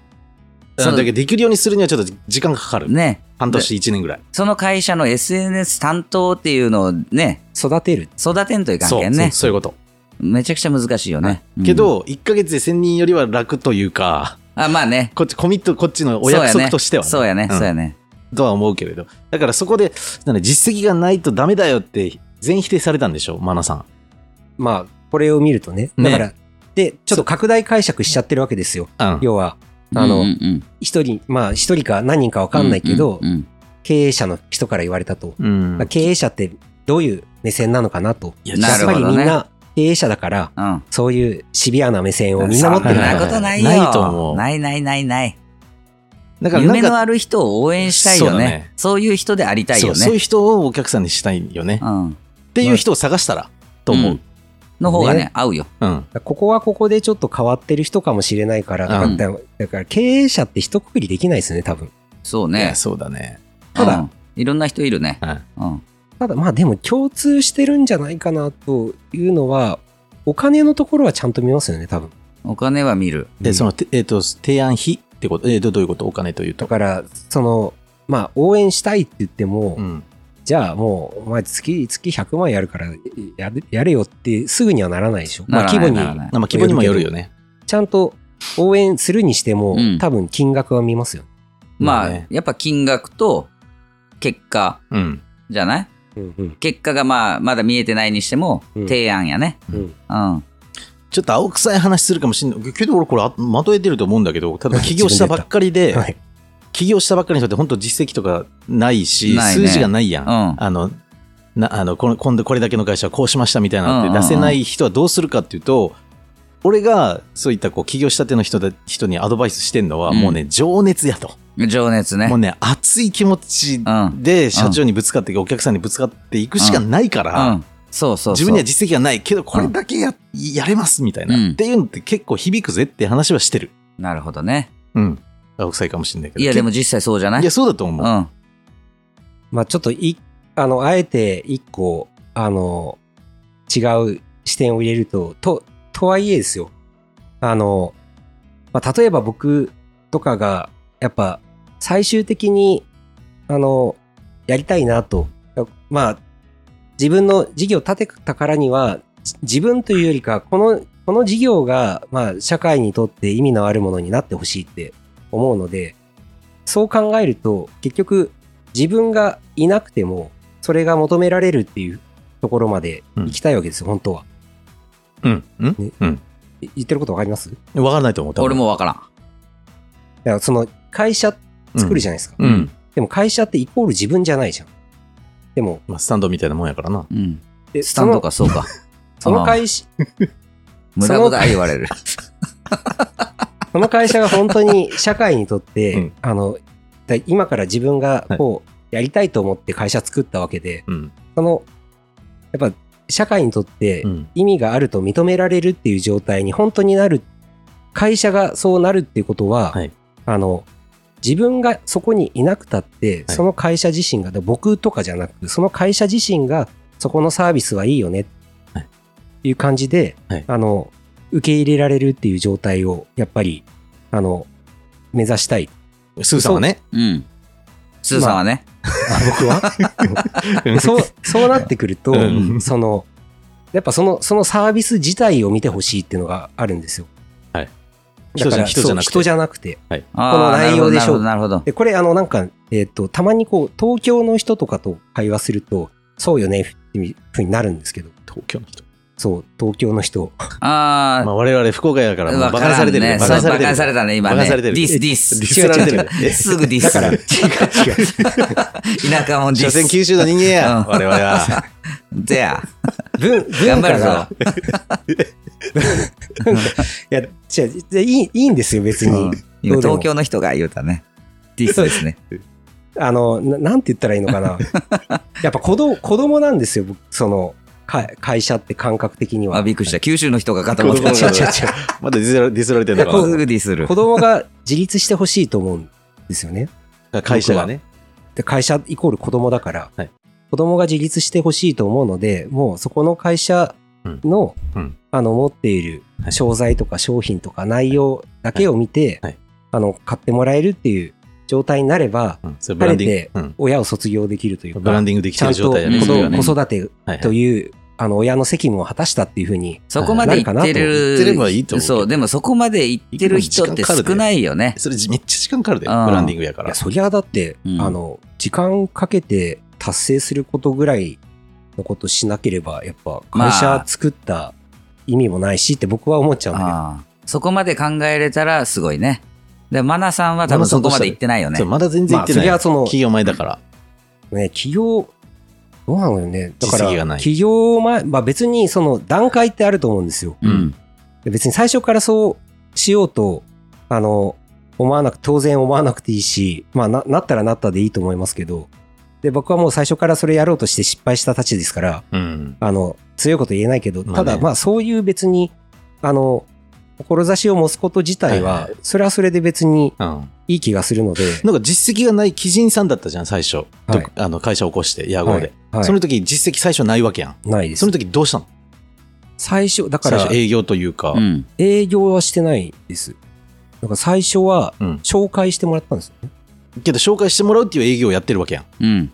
Speaker 1: うんだけどできるようにするにはちょっと時間がかかる。
Speaker 2: ね。
Speaker 1: 半年、一年ぐらい。
Speaker 2: その会社の SNS 担当っていうのをね、
Speaker 3: 育てる。
Speaker 2: 育てんといかん
Speaker 1: そう
Speaker 2: けんね。
Speaker 1: そうそういうこと。
Speaker 2: めちゃくちゃ難しいよね。うん
Speaker 1: け、ど、1ヶ月で1000人よりは楽というか、
Speaker 2: あ、まあね。
Speaker 1: こっちコミット、こっちのお約束としてはね
Speaker 2: そうやね。そうやね。
Speaker 1: とは思うけれど。だからそこで、なんだ実績がないとダメだよって全否定されたんでしょ、マナさん。
Speaker 3: まあ、これを見るとね。
Speaker 1: ね
Speaker 3: だから、で、ちょっと拡大解釈しちゃってるわけですよ。
Speaker 1: うん。
Speaker 3: 要は、
Speaker 2: そうやね
Speaker 3: あの
Speaker 2: うんうんうん
Speaker 3: 一人、まあ、一人か何人かわかんないけど
Speaker 2: う、んうん
Speaker 3: 経営者の人から言われたと。
Speaker 1: うん
Speaker 3: まあ経営者ってどういう目線なのかなと。
Speaker 1: い
Speaker 2: な
Speaker 3: や
Speaker 2: る
Speaker 3: っ
Speaker 2: ほど
Speaker 3: ぱり
Speaker 2: ね
Speaker 3: みんな経営者だから、
Speaker 2: うんうん。
Speaker 3: そういうシビアな目線をみんな持って
Speaker 1: る
Speaker 3: る
Speaker 2: そん
Speaker 3: から
Speaker 2: なことないよ。
Speaker 1: ないと思う
Speaker 2: ないないないない。
Speaker 1: だからなん
Speaker 2: 夢
Speaker 1: か
Speaker 2: のある人を応援したいよ
Speaker 1: そうだ
Speaker 2: ね
Speaker 1: ね。
Speaker 2: そういう人でありたい
Speaker 1: そ
Speaker 2: よ
Speaker 1: うそういう
Speaker 2: ね。
Speaker 1: 人をお客さんにしたいよね。
Speaker 2: うん
Speaker 1: っていう人を探したら、と思う。
Speaker 2: の方がね
Speaker 3: ね、
Speaker 2: 合うよ。
Speaker 1: うん。
Speaker 3: ここはここでちょっと変わってる人かもしれないから、だ
Speaker 1: うん
Speaker 3: からだから経営者って一括りできないですよね、多分。
Speaker 2: そう
Speaker 1: い
Speaker 2: ね
Speaker 1: や。そうだね。
Speaker 2: た
Speaker 3: ただ
Speaker 2: だ、いろんな人いるね。
Speaker 1: はい
Speaker 2: うん
Speaker 3: ただまあでも共通してるんじゃないかなというのは、お金のところはちゃんと見ますよね、多分。
Speaker 2: お金は見る。
Speaker 1: で、その、てえっ、と、提案費ってこと、えーとどういうことお金という
Speaker 3: だ
Speaker 1: と。
Speaker 3: から、その、まあ応援したいって言っても、
Speaker 1: うん。
Speaker 3: じゃあもう、お前月、月100万やるからやれ、やれよってすぐにはならないでしょ。まあ
Speaker 2: なら
Speaker 3: 規
Speaker 2: な
Speaker 3: 模
Speaker 2: い
Speaker 3: に
Speaker 2: ならない
Speaker 1: まあ、規模にもよるよね。
Speaker 3: ちゃんと応援するにしても、
Speaker 2: うん
Speaker 3: 多分金額は見ますよ。
Speaker 2: ま
Speaker 1: まあ
Speaker 2: あ
Speaker 1: ね、
Speaker 2: やっぱ金額と結果
Speaker 1: うん。
Speaker 2: じゃない
Speaker 3: うんうん
Speaker 2: 結果がまあ、まだ見えてないにしても、
Speaker 3: うん
Speaker 2: 提案やね。
Speaker 3: うん
Speaker 2: うん。
Speaker 1: ちょっと青臭い話するかもしれないけど、俺これあまとえてると思うんだけど、例えば起業したばっかり で、
Speaker 3: はい
Speaker 1: 起業したばっかりの人って本当実績とかないし、
Speaker 2: ないね
Speaker 1: 数字がないやん。
Speaker 2: うん
Speaker 1: あの、なあのこの今度これだけの会社はこうしましたみたいなのっ
Speaker 2: うん
Speaker 1: て
Speaker 2: うんうん
Speaker 1: 出せない人はどうするかっていうと、俺がそういったこう起業したての人だ人にアドバイスしてるのは、
Speaker 2: うん
Speaker 1: もうね、情熱やと。
Speaker 2: 情熱ね
Speaker 1: もう。ね、熱い気持ち
Speaker 2: うん。
Speaker 1: で社長にぶつかって、お客さんにぶつかっていくしかないから、
Speaker 2: うん。そうそうそう。
Speaker 1: 自分には実績がないけど、これだけや,、やれますみたいな、
Speaker 2: うん
Speaker 1: っていうのって結構響くぜって話はしてる。
Speaker 2: なるほどね。
Speaker 1: うん。青臭いかもしれないけど。
Speaker 2: いや、でも実際そうじゃない
Speaker 1: いや、そうだと思
Speaker 2: う
Speaker 1: う。
Speaker 2: ん。
Speaker 3: まあちょっとい、あの、あえて一個、あの、違う視点を入れると、と、とはいえですよ。あの、まあ、例えば僕とかが、やっぱ、最終的に、あの、やりたいなと。まあ、自分の事業を立てたからには、じ自分というよりか、このこの事業が、まあ、社会にとって意味のあるものになってほしいって思うので、そう考えると、結局、自分がいなくても、それが求められるっていうところまで行きたいわけですよ、本当は。
Speaker 1: うん。うん
Speaker 3: ね
Speaker 1: うん。
Speaker 3: い言ってることわかりますい
Speaker 1: わからないと思った。
Speaker 2: 俺。もわからん。
Speaker 3: や、その、会社作るじゃないですか。
Speaker 1: うん。
Speaker 3: でも会社ってイコール自分じゃないじゃん。でも、
Speaker 1: まあ、スタンドみたいなもんやからな。
Speaker 2: うん。
Speaker 3: で
Speaker 2: スタンドか、そ うか。
Speaker 3: そのその会社、
Speaker 2: 無駄無駄言われる。
Speaker 3: その会社が本当に社会にとって、
Speaker 1: うん
Speaker 3: あの、だ今から自分がこう、やりたいと思って会社作ったわけで、
Speaker 1: うん。
Speaker 3: その、やっぱ、社会にとって
Speaker 1: うん。
Speaker 3: 意味があると認められるっていう状態に本当になる、会社がそうなるっていうことは、
Speaker 1: はい
Speaker 3: あの、自分がそこにいなくたって、
Speaker 1: はい
Speaker 3: その会社自身が、で僕とかじゃなく、その会社自身が、そこのサービスはいいよね、、
Speaker 1: はい
Speaker 3: う感じで、
Speaker 1: はい
Speaker 3: あの、受け入れられるっていう状態を、やっぱり、あの、目指したい。
Speaker 1: スーさんはね。
Speaker 2: うん。スーさんはね。
Speaker 3: 僕 は
Speaker 1: うん
Speaker 3: そう、そうなってくる と、
Speaker 1: うん
Speaker 3: その、やっぱその、そのサービス自体を見てほしいっていうのがあるんですよ。
Speaker 1: はい。
Speaker 3: だから
Speaker 1: 人じゃなくて
Speaker 3: そう人じゃなくて。
Speaker 2: あー
Speaker 3: この内容でしょう
Speaker 2: なるほど。なる
Speaker 3: で、これ、あの、なんか、えっ、と、たまにこう、東京の人とかと会話すると、そうよね、っていうふうになるんですけど、
Speaker 1: 東京の人。
Speaker 3: そう、東京の人。
Speaker 2: ほどああ
Speaker 1: ま、あ、我々福岡やから、
Speaker 2: わ
Speaker 1: バカ
Speaker 2: からん
Speaker 1: にされてるよ。
Speaker 2: ね
Speaker 1: バカにさ
Speaker 2: そう
Speaker 1: れてる
Speaker 2: バカにされ
Speaker 1: よ。
Speaker 2: たね、
Speaker 1: バ
Speaker 2: 今
Speaker 1: カに
Speaker 2: ね。
Speaker 1: され
Speaker 2: デ
Speaker 1: てる
Speaker 2: ィス、ディ
Speaker 1: デ
Speaker 2: ス。
Speaker 1: ィスられてるよ。え
Speaker 2: すぐディス。
Speaker 3: だから、違う違う。
Speaker 2: 田舎もディ
Speaker 1: 所詮
Speaker 2: ス。
Speaker 1: 九州の人間や、
Speaker 2: うん
Speaker 1: 我々は。
Speaker 2: でや。
Speaker 3: 文
Speaker 2: 頑張
Speaker 3: 文化
Speaker 2: るぞ
Speaker 3: が。 いや、違う、いい、いいんですよ、別
Speaker 2: う
Speaker 3: に
Speaker 2: ん。今
Speaker 3: どうでも
Speaker 2: 東京の人が言うたね。ディスですね。
Speaker 3: あのな、なんて言ったらいいのかな。やっぱ子供、子供なんですよ、僕その、か会社って感覚的に
Speaker 2: あ、
Speaker 3: は。
Speaker 2: びっくりした。九州の人がかと
Speaker 1: 子
Speaker 2: 思っ
Speaker 1: 供
Speaker 2: た。
Speaker 1: が
Speaker 2: す
Speaker 1: まだディスらディスられてるのか
Speaker 2: ぐディスる
Speaker 3: 子。供が自立してほしいと思うんですよね。
Speaker 1: な。会社がね。
Speaker 3: で会社イコール子供だから、
Speaker 1: はい
Speaker 3: 子供が自立してほしいと思うのでもうそこの会社の,、
Speaker 1: うんうん
Speaker 3: あの持っている
Speaker 1: はい
Speaker 3: 商材とか商品とか内容だけを見て、
Speaker 1: はいはい
Speaker 3: あの買ってもらえるっていう状態になれば
Speaker 1: うん、それブランディング。うん
Speaker 3: 親を卒業できるという
Speaker 1: ブラ
Speaker 3: か
Speaker 1: ンディングでき
Speaker 3: ち
Speaker 1: て
Speaker 3: ゃ
Speaker 1: る
Speaker 3: んと
Speaker 1: 状態やね、
Speaker 2: ち
Speaker 1: それ
Speaker 2: ゃ
Speaker 1: が
Speaker 2: ん
Speaker 3: 子
Speaker 1: ね。
Speaker 3: 子育て
Speaker 1: はいは
Speaker 3: と
Speaker 1: い
Speaker 3: いう、あの親の責務を果たしたっていうふうに
Speaker 2: そこまで言ってる。
Speaker 1: なるかなと思って言ってればいいと思うけど
Speaker 2: そう、でもそこまで言ってる人って少ないよね。
Speaker 1: それじめっちゃ時間かかるで、ブ
Speaker 2: うん
Speaker 1: ランディングやか
Speaker 3: い
Speaker 1: ら
Speaker 3: や。そりゃだって、
Speaker 2: うん
Speaker 3: あの時間かけて達成することぐらいのことしなければやっぱ
Speaker 2: まあ
Speaker 3: 会社作った意味もないしって僕は思っちゃうんだ
Speaker 2: ああそこまで考えれたらすごいね。で、マナさんは多分そこまで言ってないよね
Speaker 1: そう。まだ全
Speaker 3: けど、
Speaker 1: 然
Speaker 3: ま
Speaker 1: 行っ
Speaker 3: あ
Speaker 1: て
Speaker 3: そ
Speaker 1: ない
Speaker 3: り。ゃその
Speaker 1: 企業前だから。
Speaker 3: ね企業どうなのよねだから
Speaker 1: 実績がない
Speaker 3: 企業前、まあ、別にその段階ってあると思うんですよ
Speaker 1: う
Speaker 2: うん。
Speaker 3: で別に最初からそうしようとあの思わなく当然思わなくていいし、まあ、ななったらなったでいいと思いますけどで僕はもう最初からそれやろうとして失敗したたちですから
Speaker 1: うん。
Speaker 3: あの、強いこと言えないけど、
Speaker 1: まあね
Speaker 3: ただ、まあ、そういう別に、あの、志を持つこと自体
Speaker 1: はい
Speaker 3: は
Speaker 1: は、
Speaker 3: それはそれで別に
Speaker 1: うん。
Speaker 3: いい気がするので、
Speaker 1: なんか実績がない基人さんだったじゃん、最初。
Speaker 3: はい
Speaker 1: とあの会社起こして、野
Speaker 3: は
Speaker 1: 号
Speaker 3: い
Speaker 1: で。
Speaker 3: はい
Speaker 1: その時、実績最初ないわけやん。
Speaker 3: ないで
Speaker 1: そ
Speaker 3: す
Speaker 1: の。時どうしたの
Speaker 3: 最初、だか
Speaker 1: 最
Speaker 3: ら
Speaker 1: 初、営業というか
Speaker 2: う。ん。
Speaker 3: 営業はしてないです。だから最初は
Speaker 1: うん、
Speaker 3: 紹介してもらったんですよね。
Speaker 1: けど、紹介してもらうっていう営業をやってるわけやん。
Speaker 2: うん。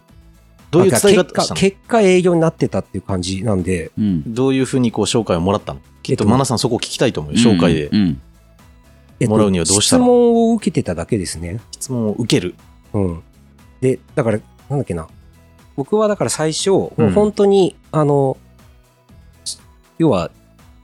Speaker 1: どういう伝え
Speaker 3: だか
Speaker 1: 方
Speaker 3: ら
Speaker 1: し
Speaker 3: 結
Speaker 1: た
Speaker 3: 果、
Speaker 1: の
Speaker 3: 結果営業になってたっていう感じなんで、
Speaker 2: うん。
Speaker 1: どういうふうにこう紹介をもらったのきっと、
Speaker 3: えっと
Speaker 1: マナさんそこ聞きたいと思うよ。紹介で
Speaker 2: う。ん。
Speaker 3: えっと
Speaker 1: もらうにはどうした
Speaker 3: 質
Speaker 1: の
Speaker 3: 問を受けてただけですね。
Speaker 1: 質問を受ける。
Speaker 3: うん。で、だから、なんだっけな。僕はだから最初、も
Speaker 1: う
Speaker 3: うん本当に、あの、要は、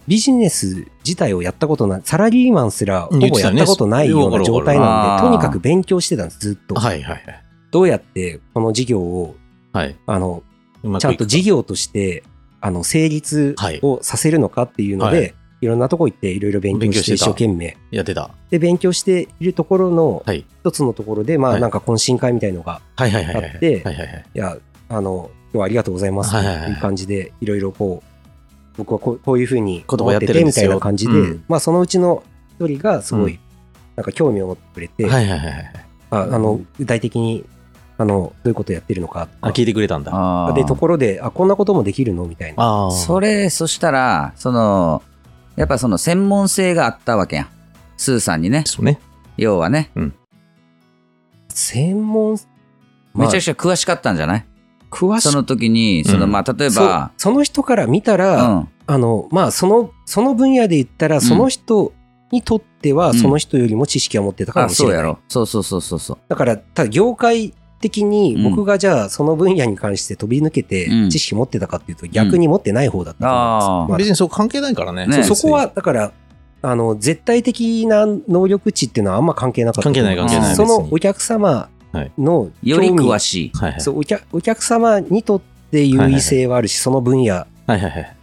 Speaker 3: ビジネス自体をやったことない、サラリーマンすらほ
Speaker 1: 言って
Speaker 3: ぼ
Speaker 1: た
Speaker 3: や
Speaker 1: よね
Speaker 3: ったことないよう
Speaker 1: わかる
Speaker 3: な
Speaker 1: わかる
Speaker 3: 状態なん
Speaker 2: あー
Speaker 3: で、とにかく勉強してたんです、ずっと。
Speaker 1: はいはいはい。
Speaker 3: どうやってこの事業を、
Speaker 1: はい。
Speaker 3: あの、
Speaker 1: うまく
Speaker 3: ちゃん
Speaker 1: いく
Speaker 3: と
Speaker 1: か
Speaker 3: 事業として、あの、成立
Speaker 1: はい
Speaker 3: をさせるのかっていうので、、
Speaker 1: はい
Speaker 3: ろんなとこ行って、いろいろ勉
Speaker 1: 勉
Speaker 3: 強
Speaker 1: 強し
Speaker 3: し、
Speaker 1: てて
Speaker 3: 一
Speaker 1: た
Speaker 3: 生懸命。
Speaker 1: やってた。
Speaker 3: で、勉強しているところの
Speaker 1: はい、
Speaker 3: 一つのところで、ま
Speaker 1: は
Speaker 3: あ、
Speaker 1: い
Speaker 3: なんか懇親会みたいのが
Speaker 1: はいはいはいはい。
Speaker 3: あって
Speaker 1: はいはいはい。
Speaker 3: いや、あの、今日はありがとうございます。
Speaker 1: はい
Speaker 3: い
Speaker 1: はいはいう
Speaker 3: 感じで、いろいろこう、僕はこうこういうふうに
Speaker 1: 言葉やってるん
Speaker 3: 思
Speaker 1: で
Speaker 3: み
Speaker 1: す
Speaker 3: た
Speaker 1: よ
Speaker 3: いな感じで、
Speaker 1: うん
Speaker 3: まあそのうちの一人がすごい、
Speaker 1: うん
Speaker 3: なんか興味を持ってくれて、
Speaker 1: はいはいはいはい。
Speaker 3: ああの、具体的に、あの、どういうことやってるのか
Speaker 1: あ、
Speaker 3: と
Speaker 1: 聞いてくれたんだ。
Speaker 2: ああ。
Speaker 3: か。で、ところで、あ、こんなこともできるのみたいな。
Speaker 1: ああ。
Speaker 2: それ、そしたら、その、やっぱその専門性があったわけやん。スーさんにね。
Speaker 1: そうね。
Speaker 2: 要はね。
Speaker 3: 専門、
Speaker 2: めちゃく
Speaker 3: ち
Speaker 2: ちゃ詳しかったんじゃない、
Speaker 3: ゃ詳し
Speaker 2: そ
Speaker 3: く
Speaker 2: の時に、その、
Speaker 1: うん
Speaker 2: まあ、例え
Speaker 3: そう
Speaker 2: ば、
Speaker 3: その人から見た
Speaker 2: う
Speaker 3: ら、
Speaker 2: ん。
Speaker 3: あの、まあ、その、その分野で言ったら、その人にとって
Speaker 2: う
Speaker 3: は、
Speaker 2: ん
Speaker 3: その人よりも知識を持ってたか
Speaker 2: あ、
Speaker 3: もし
Speaker 2: そう
Speaker 3: れ
Speaker 2: や
Speaker 3: ない。
Speaker 2: ろ。そうそうそうそうそう。
Speaker 3: だから、ただ業界的に
Speaker 2: うん
Speaker 3: 僕がじゃあその分野に関して飛び抜けて
Speaker 2: うん
Speaker 3: 知識持ってたかっていうと逆に持ってない方だったと思
Speaker 2: あー
Speaker 3: うんで
Speaker 1: 別
Speaker 3: す
Speaker 1: にそう関係ないからね。
Speaker 2: ね
Speaker 1: う
Speaker 3: まあ、そこはだからあの絶対的な能力値っていうのはあんま関係なかったと思うんです
Speaker 2: 関係な
Speaker 1: 関
Speaker 2: い
Speaker 1: 係ない
Speaker 3: そのお客様の
Speaker 2: より
Speaker 3: 興味
Speaker 2: 詳しい。
Speaker 1: 別にはいはい。
Speaker 3: そうお客お客様にとって優位性はあるし、その分野
Speaker 1: はいはいはい。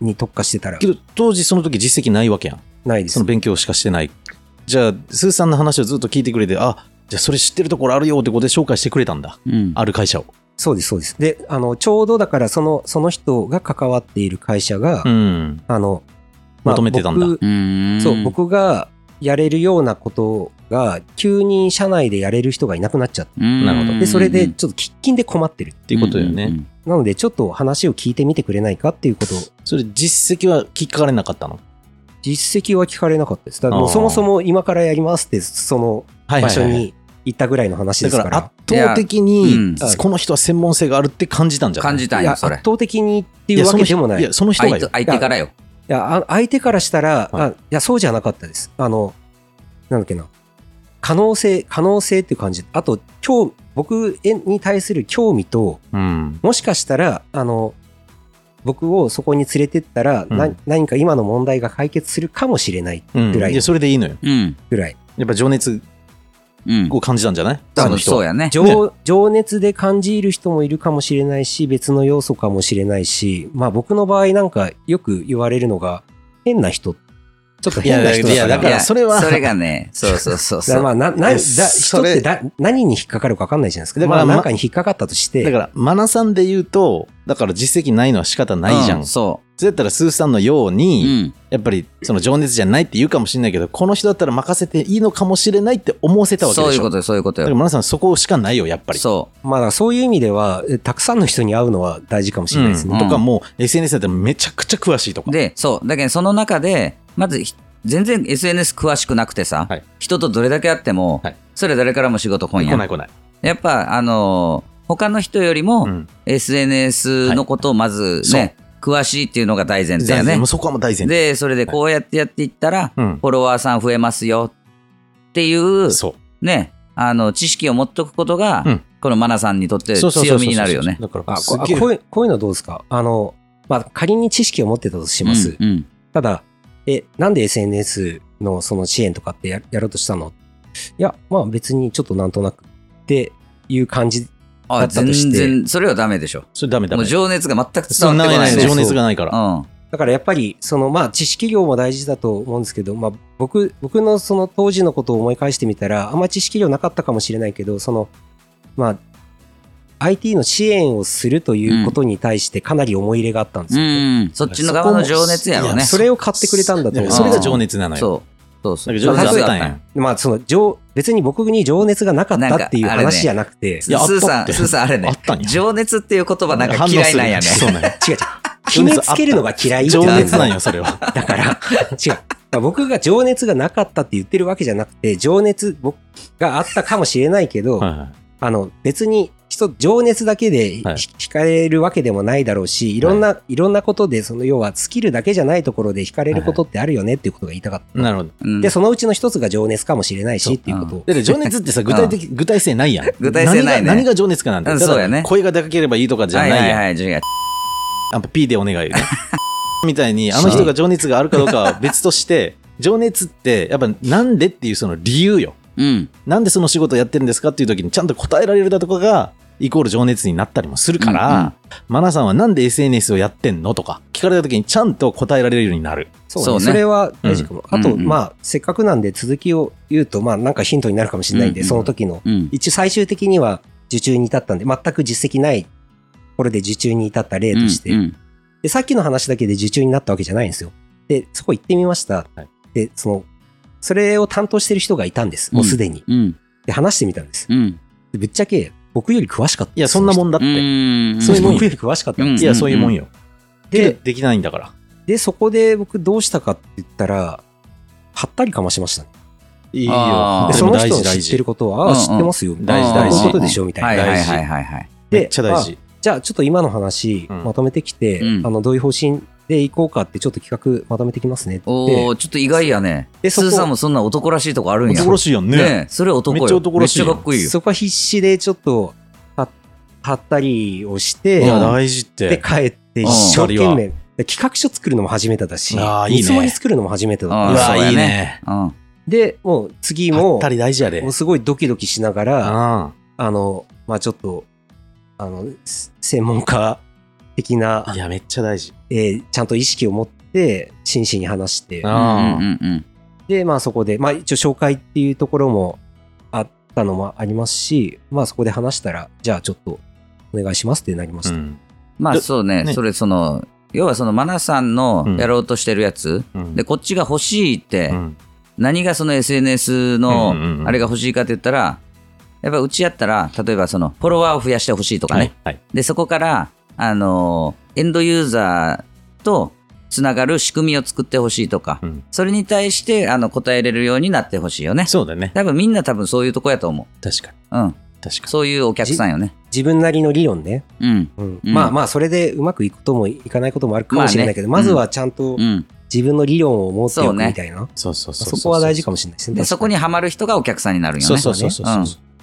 Speaker 3: に特化してたら
Speaker 1: けど、当時その時実績ないわけやん。
Speaker 3: ないです
Speaker 1: その勉強しかしてない。じゃあ、スーさんの話をずっと聞いてくれて、あ、じゃあそれ知ってるところあるよってことで紹介してくれたんだ。
Speaker 2: うん。
Speaker 1: ある会社を。
Speaker 3: そうです、そうです。で、あの、ちょうどだから、その、その人が関わっている会社が、
Speaker 1: うん。
Speaker 3: あの、
Speaker 1: 求めてたんだ
Speaker 3: 僕
Speaker 2: うーん。
Speaker 3: そう、僕がやれるようなことが、急に社内でやれる人がいなくなっちゃっ
Speaker 2: うん。
Speaker 1: なるほ
Speaker 3: た。
Speaker 1: ど
Speaker 3: で、それで、
Speaker 2: うん
Speaker 3: ちょっと喫緊で困ってる。
Speaker 1: っていうことだよね。。
Speaker 3: なので、ちょっと話を聞いてみてくれないかっていうことを、
Speaker 1: それ実績は聞かれなかったの。
Speaker 3: 実績は聞かれなかったです。だからも
Speaker 1: あ
Speaker 3: う
Speaker 1: ー
Speaker 3: そもそも今からやりますって、その
Speaker 1: は
Speaker 3: 場所。に行ったぐらいの話
Speaker 1: だ
Speaker 3: です
Speaker 1: か
Speaker 3: からら
Speaker 1: 圧。倒的に、
Speaker 2: うん
Speaker 1: あこの人は専門性があるって感じたんじゃない
Speaker 2: 感じたん
Speaker 3: いや
Speaker 2: よ、
Speaker 3: 圧
Speaker 2: それ。
Speaker 3: 倒的にっていうわけでもない
Speaker 1: や、。その人い
Speaker 2: 相
Speaker 1: やその人がよ。
Speaker 2: 手相手からよ。
Speaker 3: いや、あ相手からしたら、
Speaker 1: はい
Speaker 3: あ、いや、そうじゃなかったです。あの、なんだっけな。可能性、可能性っていう感じ。あと、興僕へに対する興味と、
Speaker 1: うん。
Speaker 3: もしかしたら、あの、僕をそこに連れてったら、な
Speaker 1: うん
Speaker 3: 何か今の問題が解決するかもしれない
Speaker 1: うん、
Speaker 3: ぐらい
Speaker 1: いやそれでいいのよ。
Speaker 2: うん。
Speaker 3: ぐらい。
Speaker 1: やっぱ情熱
Speaker 2: うん。
Speaker 1: を感じたんじゃない
Speaker 2: 多
Speaker 1: その
Speaker 2: 分
Speaker 1: 人
Speaker 2: そう
Speaker 1: は。
Speaker 2: やね。
Speaker 3: 情,、
Speaker 1: ね
Speaker 3: 情熱で感じる人もいるかもしれないし、別の要素かもしれないし、まあ僕の場合なんかよく言われるのが、変な人。ちょっと
Speaker 1: いや
Speaker 3: 変な人だから。
Speaker 1: いやだから
Speaker 2: いや
Speaker 1: それは
Speaker 2: それがね、そうそ うそう
Speaker 3: だか
Speaker 2: そ
Speaker 3: らま
Speaker 2: う。
Speaker 3: あ、な、な、だ、人
Speaker 1: そ
Speaker 3: っ
Speaker 1: れ
Speaker 3: てだ何に引っかかるか分かんないじゃないですか。
Speaker 1: だ
Speaker 3: だ
Speaker 1: か
Speaker 3: からら、
Speaker 1: ま
Speaker 3: なんかに引っかかったとして、
Speaker 1: だから、マナさんで言うと、だから実績ないのは仕方ないじゃん。
Speaker 2: う
Speaker 1: そ
Speaker 2: そう
Speaker 1: やったら、スーさんのよう
Speaker 2: う。う
Speaker 1: に、
Speaker 2: ん。
Speaker 1: やっぱり、その情熱じゃないって言うかもしれないけど、この人だったら任せていいのかもしれないって思わせたわけでしょ。
Speaker 2: そういうことよ、そういうこと
Speaker 1: だから、
Speaker 2: よ。
Speaker 1: マナさん、そこしかないよ、やっぱり。
Speaker 2: そ
Speaker 3: まあ、だからそういう意味では、えたくさんの人に会うのは大事かもしれないです
Speaker 1: うん
Speaker 3: ね。
Speaker 1: とか、もう、SNS だったらめちゃくちゃ詳しいとか。
Speaker 2: う。で、そう。だけど、その中で、まず、ひ全然 SNS 詳しくなくてさ
Speaker 1: はい、
Speaker 2: 人とどれだけ会っても
Speaker 1: はい、
Speaker 2: それ誰からも仕事来ん
Speaker 1: 来
Speaker 2: や
Speaker 1: なんい。来ない。
Speaker 2: やっぱ、あのー、他の人より
Speaker 1: う
Speaker 2: も、
Speaker 1: ん
Speaker 2: SNS のことをまずね、詳しいっていうのが大前提やね
Speaker 1: もう。そこはもう大前提。
Speaker 2: で、それでこうやってやっていったら、
Speaker 1: うん。
Speaker 2: フォロワーさん増えますよっていう、
Speaker 1: そう。
Speaker 2: ね、あの、知識を持っとくことが、
Speaker 1: うん
Speaker 2: このマナさんにとって
Speaker 1: そうそうそうそう
Speaker 2: 強みになるよね。
Speaker 1: だから、
Speaker 3: あ
Speaker 1: す
Speaker 3: こ
Speaker 1: っ
Speaker 3: あ
Speaker 1: げえ
Speaker 3: こういう、こういうのどうですかあの、まあ、仮に知識を持ってたとします。
Speaker 2: うんうん
Speaker 3: ただ、え、なんで SNS のその支援とかってややろうとしたのいや、まあ別にちょっとなんとなくっていう感じ。だ
Speaker 2: あ
Speaker 3: ったとして
Speaker 2: 全然、それはダメでしょ。
Speaker 1: それダメダ
Speaker 2: も
Speaker 1: メ
Speaker 2: う。情熱が全く伝
Speaker 1: そ
Speaker 2: わ
Speaker 1: う
Speaker 2: ってこ
Speaker 1: ない
Speaker 2: な
Speaker 1: ないい
Speaker 2: ね。
Speaker 1: 情熱がないから。
Speaker 2: うん。
Speaker 3: だからやっぱり、そのまあ知識量も大事だと思うんですけど、まあ僕、僕のその当時のことを思い返してみたら、あんま知識量なかったかもしれないけど、その、まあ、IT の支援をするということに対してかなり思い入れがあったんです
Speaker 2: う
Speaker 3: よ、ね
Speaker 2: ん、そっちの側の情熱やろうね。
Speaker 3: それを買ってくれたんだと
Speaker 1: い
Speaker 3: 思
Speaker 1: や
Speaker 3: う。
Speaker 1: それが情熱なのよ。
Speaker 2: そう。そう
Speaker 1: だ
Speaker 2: そう。
Speaker 1: けど情熱あったん
Speaker 2: あ
Speaker 1: や。
Speaker 3: まあその情、別に僕に情熱がなかったっていう
Speaker 2: なんかあれね
Speaker 3: 話じゃなくて、
Speaker 1: いやあった
Speaker 2: スーさ
Speaker 1: っ
Speaker 2: ん、
Speaker 1: て
Speaker 2: スーさんあれね
Speaker 1: あったんや。
Speaker 2: 情熱っていう言葉なんか嫌いなんやね。
Speaker 1: そうなん や。
Speaker 3: 違う違う。決めつけるのが嫌いって
Speaker 1: 情
Speaker 3: う
Speaker 1: 熱なんよ、それは。
Speaker 3: だから、違う。まあ僕が情熱がなかったって言ってるわけじゃなくて、情熱僕があったかもしれないけど、
Speaker 1: はいはい
Speaker 3: あの、別に人、情熱だけでひ
Speaker 1: はい
Speaker 3: 惹かれるわけでもないだろうし、いろんな、い、ろんなことで、その要はスキルだけじゃないところで惹かれることってあるよねっていうことが言いたかった。
Speaker 1: なるほど。
Speaker 2: うん
Speaker 3: で、そのうちの一つが情熱かもしれない
Speaker 1: そう
Speaker 3: しっていうことを。
Speaker 1: だって情熱ってさ、具体的、具体性ないやん。
Speaker 2: 具体性ない
Speaker 1: 何
Speaker 2: ね
Speaker 1: が何が情熱かなんて。
Speaker 2: うん
Speaker 1: ただ
Speaker 2: そうやね
Speaker 1: 声が高ければいいとかじゃない
Speaker 2: はい
Speaker 1: やん。
Speaker 2: はいはい、違う。
Speaker 1: やっぱ P でお願いね。 みたいに、あの人が情熱があるかどうかは別として、情熱って、やっぱなんでっていうその理由よ。
Speaker 2: うん。
Speaker 1: なんでその仕事やってるんですかっていう時にちゃんと答えられるだとかが、イコール情熱になったりもするから、マナさんはなんで SNS をやってんのとか、聞かれた時にちゃんと答えられるようになる。
Speaker 3: そう
Speaker 2: そう
Speaker 3: ね。
Speaker 2: ね
Speaker 3: それは大事かも。
Speaker 2: うん
Speaker 3: あと、
Speaker 2: うんうん
Speaker 3: まあ、せっかくなんで続きを言うと、まあ、なんかヒントになるかもしれないんで、
Speaker 2: うんうん
Speaker 3: その時の
Speaker 2: うんうん。
Speaker 3: 一応最終的には受注に至ったんで、全く実績ないこれで受注に至った例として、
Speaker 2: うんうん
Speaker 3: で、さっきの話だけで受注になったわけじゃないんですよ。で、そこ行ってみました。
Speaker 1: はい
Speaker 3: で、その、それを担当してる人がいたんです。
Speaker 2: うん
Speaker 3: もうすでに。
Speaker 2: うん。
Speaker 3: で、話してみたんです。
Speaker 2: うん。
Speaker 3: でぶっちゃけ、僕より詳しかった
Speaker 1: いや、そんなも
Speaker 3: ん
Speaker 1: んだっ
Speaker 2: う
Speaker 1: て。
Speaker 2: ん。
Speaker 1: そういうもん
Speaker 3: 僕より詳しかったん
Speaker 2: う
Speaker 3: で
Speaker 2: ん
Speaker 3: す。
Speaker 1: いや、そういうもんよ。け
Speaker 3: で
Speaker 1: ど、できないんだから。
Speaker 3: で、そこで僕どうしたかって言ったら、はったりかましましたね。
Speaker 1: いいよ
Speaker 2: あ。ー
Speaker 3: で、
Speaker 1: で
Speaker 3: そ
Speaker 1: も
Speaker 3: の
Speaker 1: 大
Speaker 3: 人
Speaker 1: 事
Speaker 3: の
Speaker 1: 大
Speaker 3: 知って
Speaker 1: 事
Speaker 3: る。ことは、あ
Speaker 2: うん
Speaker 3: あ、
Speaker 2: うん
Speaker 3: 知ってますよ。
Speaker 1: 大事大事
Speaker 3: こういうことでしょ、みたいな。
Speaker 2: はいはい
Speaker 1: 大事
Speaker 2: はいはいはい。
Speaker 1: めっちゃ大
Speaker 3: で
Speaker 1: 事。
Speaker 3: じゃあちょっと今の話
Speaker 1: うん
Speaker 3: まとめてきて、
Speaker 2: うん
Speaker 3: あのどういう方針で、行こうかってちょっと企画まとめてきますねって言って
Speaker 2: おお、ちょっと意外やね。
Speaker 3: で
Speaker 2: ス
Speaker 3: そこ
Speaker 2: ーさんもそんな男らしいとこあるんや。
Speaker 1: 男らしいやんね。
Speaker 2: ねえそれ男よ。
Speaker 1: めっちゃ男らしいやん
Speaker 2: めっちゃかっこいいよ。
Speaker 3: そこは必死でちょっとは貼ったりをして、
Speaker 1: いや、
Speaker 2: うん
Speaker 1: 大事っ
Speaker 3: で
Speaker 1: て。
Speaker 3: 帰って
Speaker 2: うん
Speaker 3: 一生懸命、で企画書作るのも初めてだし
Speaker 1: あーいいね
Speaker 3: 見積もり作るのも初めてだ
Speaker 1: う
Speaker 3: っ
Speaker 2: あ
Speaker 3: た
Speaker 2: そ
Speaker 1: わ、
Speaker 2: うやね
Speaker 1: いいね。
Speaker 2: うん。
Speaker 3: でもう次
Speaker 1: も
Speaker 3: も
Speaker 1: う。たり大事やで。
Speaker 3: もうすごいドキドキしながら
Speaker 1: あ
Speaker 3: あのまあちょっとあのす専門家的な
Speaker 1: あ。いや、めっちゃ大事。
Speaker 3: えーちゃんと意識を持って真摯に話して
Speaker 1: あ
Speaker 2: うんうんうん
Speaker 3: でまあそこでまあ一応紹介っていうところもあったのもありますしまあそこで話したらじゃあちょっとお願いしますってなりました、
Speaker 1: ん。
Speaker 2: まあ
Speaker 1: で
Speaker 2: そうね、
Speaker 1: ね
Speaker 2: それその、要はそのマナさんの
Speaker 1: うん
Speaker 2: やろうとしてるやつ、
Speaker 1: うん
Speaker 2: で、こっちが欲しいって、
Speaker 1: うん
Speaker 2: 何がその SNS
Speaker 1: うんうんう
Speaker 2: の
Speaker 1: ん
Speaker 2: あれが欲しいかって言ったら、やっぱうちやったら、例えばそのフォロワーを増やしてほしいとかね、
Speaker 1: はい。はい。
Speaker 2: でそこから、あのーエンドユーザーとつながる仕組みを作ってほしいとか、
Speaker 1: うん
Speaker 2: それに対してあの答えれるようになってほしいよね。
Speaker 1: そうだね。
Speaker 2: 多分みんな多分そういうとこやと思
Speaker 1: 確かに。
Speaker 2: う。うん、
Speaker 1: 確か
Speaker 2: そういうお客さんよね。
Speaker 3: 自分なりの理論ね
Speaker 2: うん、
Speaker 3: うん
Speaker 2: うん
Speaker 3: まあまあそれでうまくいくこともいかないこともあるかもしれないけど、
Speaker 2: まあ
Speaker 3: ま
Speaker 2: ね
Speaker 3: ずはちゃんと
Speaker 2: うん。
Speaker 3: 自分の理論を持って
Speaker 2: そう
Speaker 3: おく
Speaker 2: ね
Speaker 3: みたいな、
Speaker 1: に。そうそうそう
Speaker 3: そこは大事かもしれないですね。
Speaker 2: でそこにはまる人がお客さんになるよね。
Speaker 1: そうそうそうそうそう。
Speaker 2: うん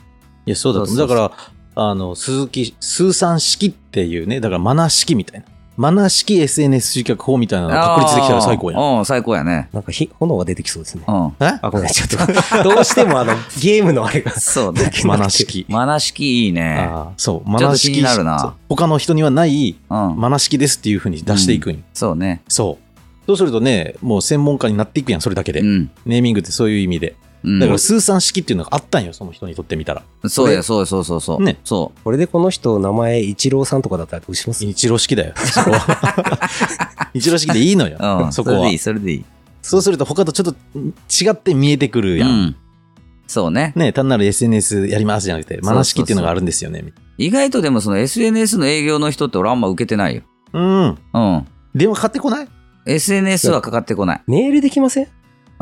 Speaker 1: いや、そうだと思う
Speaker 2: そうそうそ
Speaker 1: だから、あの、鈴木、鈴さん式っていうね、だからマナー式みたいな。マナー式 SNS 集客法みたいなのが確立できたら最高やん。
Speaker 2: ん。うん、最高やね。
Speaker 3: なんか火炎が出てきそうですね
Speaker 2: う。ん。
Speaker 1: え
Speaker 3: あ、ごめん、ちょっと。 どうしてもあの、ゲームのあれが。
Speaker 2: そうね。
Speaker 1: マナー式。
Speaker 2: マナ式いいね。
Speaker 1: ああ、そう。マ
Speaker 2: ちょっ
Speaker 1: ナ
Speaker 2: と
Speaker 1: ー
Speaker 2: 気
Speaker 1: 式。
Speaker 2: になるな
Speaker 1: そう他の人にはない
Speaker 2: うん。
Speaker 1: マナー式ですっていうふうに出していくんよ
Speaker 2: そうね。
Speaker 1: そう。そうするとね、もう専門家になっていくやん、それだけで。
Speaker 2: うん。
Speaker 1: ネーミングってそういう意味で。
Speaker 2: うん
Speaker 1: だから、スーさん式っていうのがあったんよ、その人にとってみたら。
Speaker 2: そうや、そうや、そうそうそう。
Speaker 1: ね
Speaker 2: そ
Speaker 3: これでこの人、名前、一郎さんとかだったらどうします
Speaker 1: 一郎式だよ、そこは。 一郎式でいいのよ
Speaker 2: う。、うん。
Speaker 1: そ
Speaker 2: そ
Speaker 1: こ
Speaker 2: れ
Speaker 1: は
Speaker 2: でいい、。それでいい。
Speaker 1: そうすると他とちょっと違って見えてくるやん。
Speaker 2: うん。そうね。
Speaker 1: ね、単なる SNS やりますじゃなくて、
Speaker 2: うそう
Speaker 1: マナ式っていうのがあるんですよね。
Speaker 2: 意外とでもその SNS の営業の人って俺あんま受けてないよ。
Speaker 1: うん。
Speaker 2: うん。
Speaker 1: 電話かかってこない、
Speaker 2: SNS はかかってこない。
Speaker 3: メールできません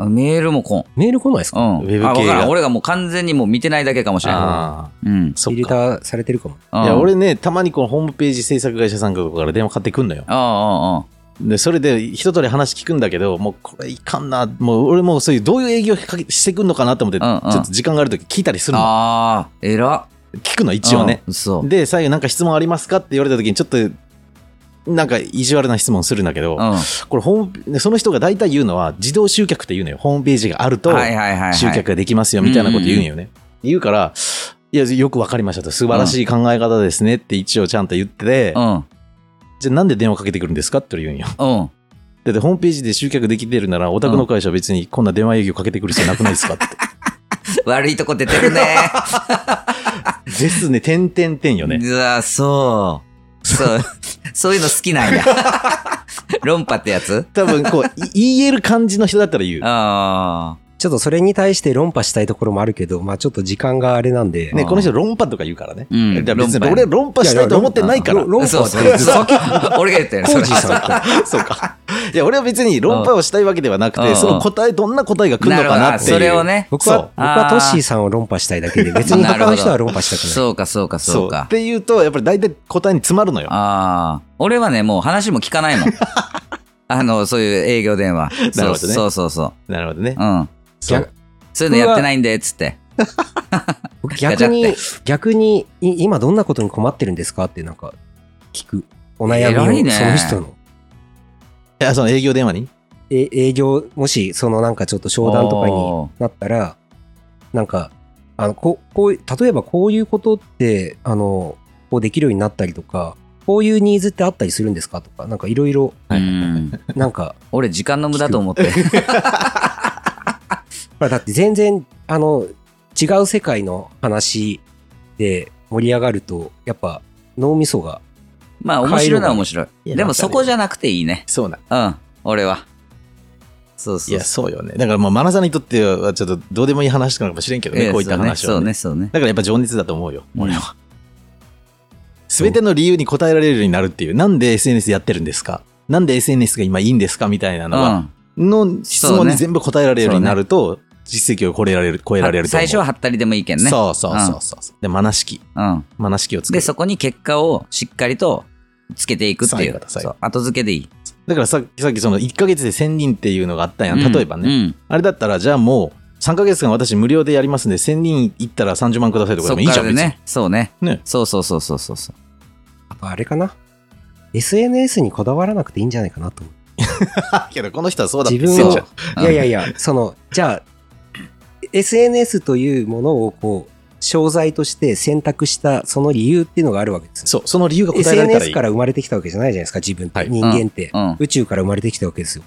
Speaker 2: あメールもこん。
Speaker 3: メール来ないです
Speaker 2: う
Speaker 3: か
Speaker 2: ん。
Speaker 1: ウェブ系
Speaker 2: あ、
Speaker 1: が
Speaker 2: わからん。俺がもう完全にもう見てないだけかもしれ
Speaker 1: あ
Speaker 2: ない。うん
Speaker 1: あ、。そ
Speaker 3: フィ
Speaker 1: っ
Speaker 3: ル
Speaker 1: か。
Speaker 3: ターされてるかも。
Speaker 2: うん
Speaker 1: いや、。俺ね、たまにこのホームページ制作会社さんとかから電話かかってくんのよ。
Speaker 2: ああ、ああ、
Speaker 1: で、それで一通り話聞くんだけど、もうこれいかんな。もう俺もうそういうどういう営業かけしてくんのかなと思って、
Speaker 2: うんうん
Speaker 1: ちょっと時間があるとき聞いたりするの。
Speaker 2: ああ。ああ、えら。
Speaker 1: 聞くの、一応ね。
Speaker 2: うん。そう。
Speaker 1: で、最後なんか質問ありますかって言われたときにちょっと、なんか意地悪な質問するんだけど、
Speaker 2: うん。
Speaker 1: これホームその人が大体言うのは自動集客って言うのよホームページがあると
Speaker 2: はいはいはいはい、
Speaker 1: 集客ができますよみたいなこと言うんよね、言うからいやよくわかりましたと素晴らしい考え方ですねって一応ちゃんと言ってて、
Speaker 2: うん
Speaker 1: じゃあなんで電話かけてくるんですかって言うんよ
Speaker 2: うん
Speaker 1: だってホームページで集客できてるならお宅の会社は別にこんな電話営業かけてくる必要なくない ですかって
Speaker 2: 悪いとこ出てるね
Speaker 1: ですね点点点よね
Speaker 2: うわそうそうそういうの好きな んや論破ってやつ
Speaker 1: 多分こうい言える感じの人だったら言う
Speaker 2: あ
Speaker 3: ちょっとそれに対して論破したいところもあるけど、まあちょっと時間があれなんで。
Speaker 1: ね、この人論破とか言うからね。
Speaker 2: うん
Speaker 1: だから別に
Speaker 2: 論破や
Speaker 1: 俺論破したいと思ってないから。
Speaker 3: いやいや論
Speaker 2: あ
Speaker 3: 破
Speaker 2: そう
Speaker 3: は
Speaker 2: そう
Speaker 3: 全然
Speaker 2: そう 俺が言ったよね
Speaker 3: コ
Speaker 2: そ
Speaker 3: ー
Speaker 2: れ
Speaker 3: ジーさんって
Speaker 1: そうか。いや、俺は別に論破をしたいわけではなく
Speaker 2: うんう
Speaker 1: て、
Speaker 2: ん
Speaker 1: その答え、どんな答えが来る
Speaker 2: な
Speaker 1: の
Speaker 2: る
Speaker 1: か
Speaker 2: ほど
Speaker 1: な
Speaker 2: あ
Speaker 1: っていう。
Speaker 2: それを。ね
Speaker 3: 僕
Speaker 1: そう
Speaker 3: は、僕
Speaker 2: あ
Speaker 3: は
Speaker 2: ー
Speaker 3: トッシーさんを論破したいだけで、別に他の人は論破したくない。
Speaker 2: そうかそうかそ
Speaker 1: そうう。っ
Speaker 2: か
Speaker 1: ていうと、やっぱり大体答えに詰まるのよ。
Speaker 2: ああ俺はねもう話も聞かな いもんあのそういう営業電話
Speaker 1: なるほどね
Speaker 2: そうそうそう
Speaker 1: なるほどね
Speaker 2: そ。ううん
Speaker 1: そう
Speaker 2: そういうのやってないんでっつって
Speaker 3: 僕逆
Speaker 2: ガ
Speaker 3: に、逆に、い今どんなことに困ってるんですかってなんか聞く。お悩
Speaker 2: 偉い
Speaker 3: みを、
Speaker 2: ね
Speaker 3: その人の。
Speaker 1: いや、その営業電話に
Speaker 3: え営業、もし、そのなんかちょっと商談とかになったら、なんか、あの、こう、こう、例えばこういうことって、あの、こうできるようになったりとか、こういうニーズってあったりするんですかとか、なんかいろい ろ、
Speaker 2: うん
Speaker 3: なんか、
Speaker 2: 俺時間の無駄と思って
Speaker 3: ほらだって全然、あの、違う世界の話で盛り上がると、やっぱ脳みそが、
Speaker 2: まあ面白いのは面白い
Speaker 1: いや
Speaker 2: でも
Speaker 1: わかる
Speaker 2: そこじゃなくていいね
Speaker 1: そうな。
Speaker 2: うん俺はそう
Speaker 1: い
Speaker 2: そう
Speaker 1: や、そうよね。だからもう、マナさんにとっては、ちょっとどうでもいい話かもしれんけど
Speaker 2: い
Speaker 1: ね、
Speaker 2: や
Speaker 1: こういった話
Speaker 2: そ
Speaker 1: は
Speaker 2: うね
Speaker 1: ね。
Speaker 2: そうね
Speaker 1: だからやっぱ情熱だと思うよ、
Speaker 2: うん
Speaker 1: 俺は。すべての理由に答えられるようになるっていう。なんで SNS やってるんですかなんで SNS が今いいんですかみたいな
Speaker 2: う
Speaker 1: のは、
Speaker 2: ん
Speaker 1: の質問に全部答えられるようになると、実績を超えられる、超えられると思
Speaker 2: 最
Speaker 1: う。
Speaker 2: 初は貼ったりでもいいけんね
Speaker 1: そうそうそうそう。で、マナ式。
Speaker 2: うん
Speaker 1: マナ式を作
Speaker 2: で
Speaker 1: る。
Speaker 2: そこに結果をしっかりとつけていくって
Speaker 1: そう
Speaker 2: い
Speaker 1: いう
Speaker 2: う
Speaker 1: ことそういう
Speaker 2: そ
Speaker 1: こ
Speaker 2: う後付けでいい
Speaker 1: だからさっき、さっきその1ヶ月で1000人っていうのがあったんやん。
Speaker 2: うん
Speaker 1: 例えばね。
Speaker 2: うん
Speaker 1: あれだったら、じゃあもう、3ヶ月間私無料でやりますんで、1000人行ったら30万くださいとかで
Speaker 2: そ
Speaker 1: も
Speaker 2: っ
Speaker 1: いい
Speaker 2: か
Speaker 1: じ
Speaker 2: ら
Speaker 1: ゃん、
Speaker 2: でね。そうね。
Speaker 1: ね
Speaker 2: そうそうそうそうそうそう。
Speaker 3: あとあれかな ?SNS にこだわらなくていいんじゃないかなと思う。
Speaker 1: 別に けど、この人はそうだって
Speaker 3: 自分
Speaker 1: 言
Speaker 3: を
Speaker 1: ってんじゃん
Speaker 2: うん
Speaker 3: いやいやいや、その、じゃあ、SNS というものをこう、商材として選択したその理由っていうのがあるわけですよ。
Speaker 1: そう、その理由が答えられたらい
Speaker 3: SNS
Speaker 1: い。
Speaker 3: から生まれてきたわけじゃないじゃないですか、自分って。
Speaker 1: はい
Speaker 3: 人間って、
Speaker 2: うん。
Speaker 3: 宇宙から生まれてきたわけですよ。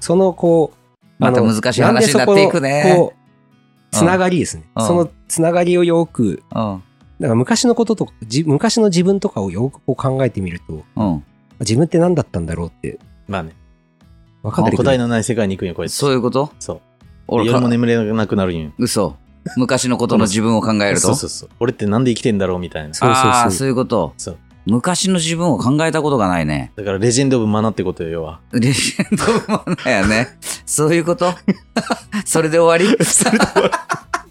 Speaker 3: その、こう、
Speaker 2: また
Speaker 3: あの
Speaker 2: 難しい話になっていくね
Speaker 3: なんでそこのこう、つながりですね。
Speaker 2: うん
Speaker 3: そのつながりをよく、
Speaker 2: うん。
Speaker 3: だから昔のこととか、じ昔の自分とかをよくこう考えてみると、
Speaker 2: うん。
Speaker 3: 自分って何だったんだろうって
Speaker 1: まあね。
Speaker 3: 分かってくる。
Speaker 1: 答えのない世界に行くんよ、こいつ。
Speaker 2: そういうこと
Speaker 1: そう。
Speaker 2: 俺
Speaker 1: 夜
Speaker 2: か
Speaker 1: も眠れなくなるんよ。
Speaker 2: 嘘。昔のことの自分を考えると。
Speaker 1: そうそうそう。俺ってなんで生きてんだろうみたいな。
Speaker 3: そうそうそう
Speaker 2: ああ、そういうこと。
Speaker 1: そう
Speaker 2: 昔の自分を考えたことがないね。
Speaker 1: だから、レジェンド・オブ・マナってことよ、要は。。
Speaker 2: レジェンドもないよね。そういうことそれで終わり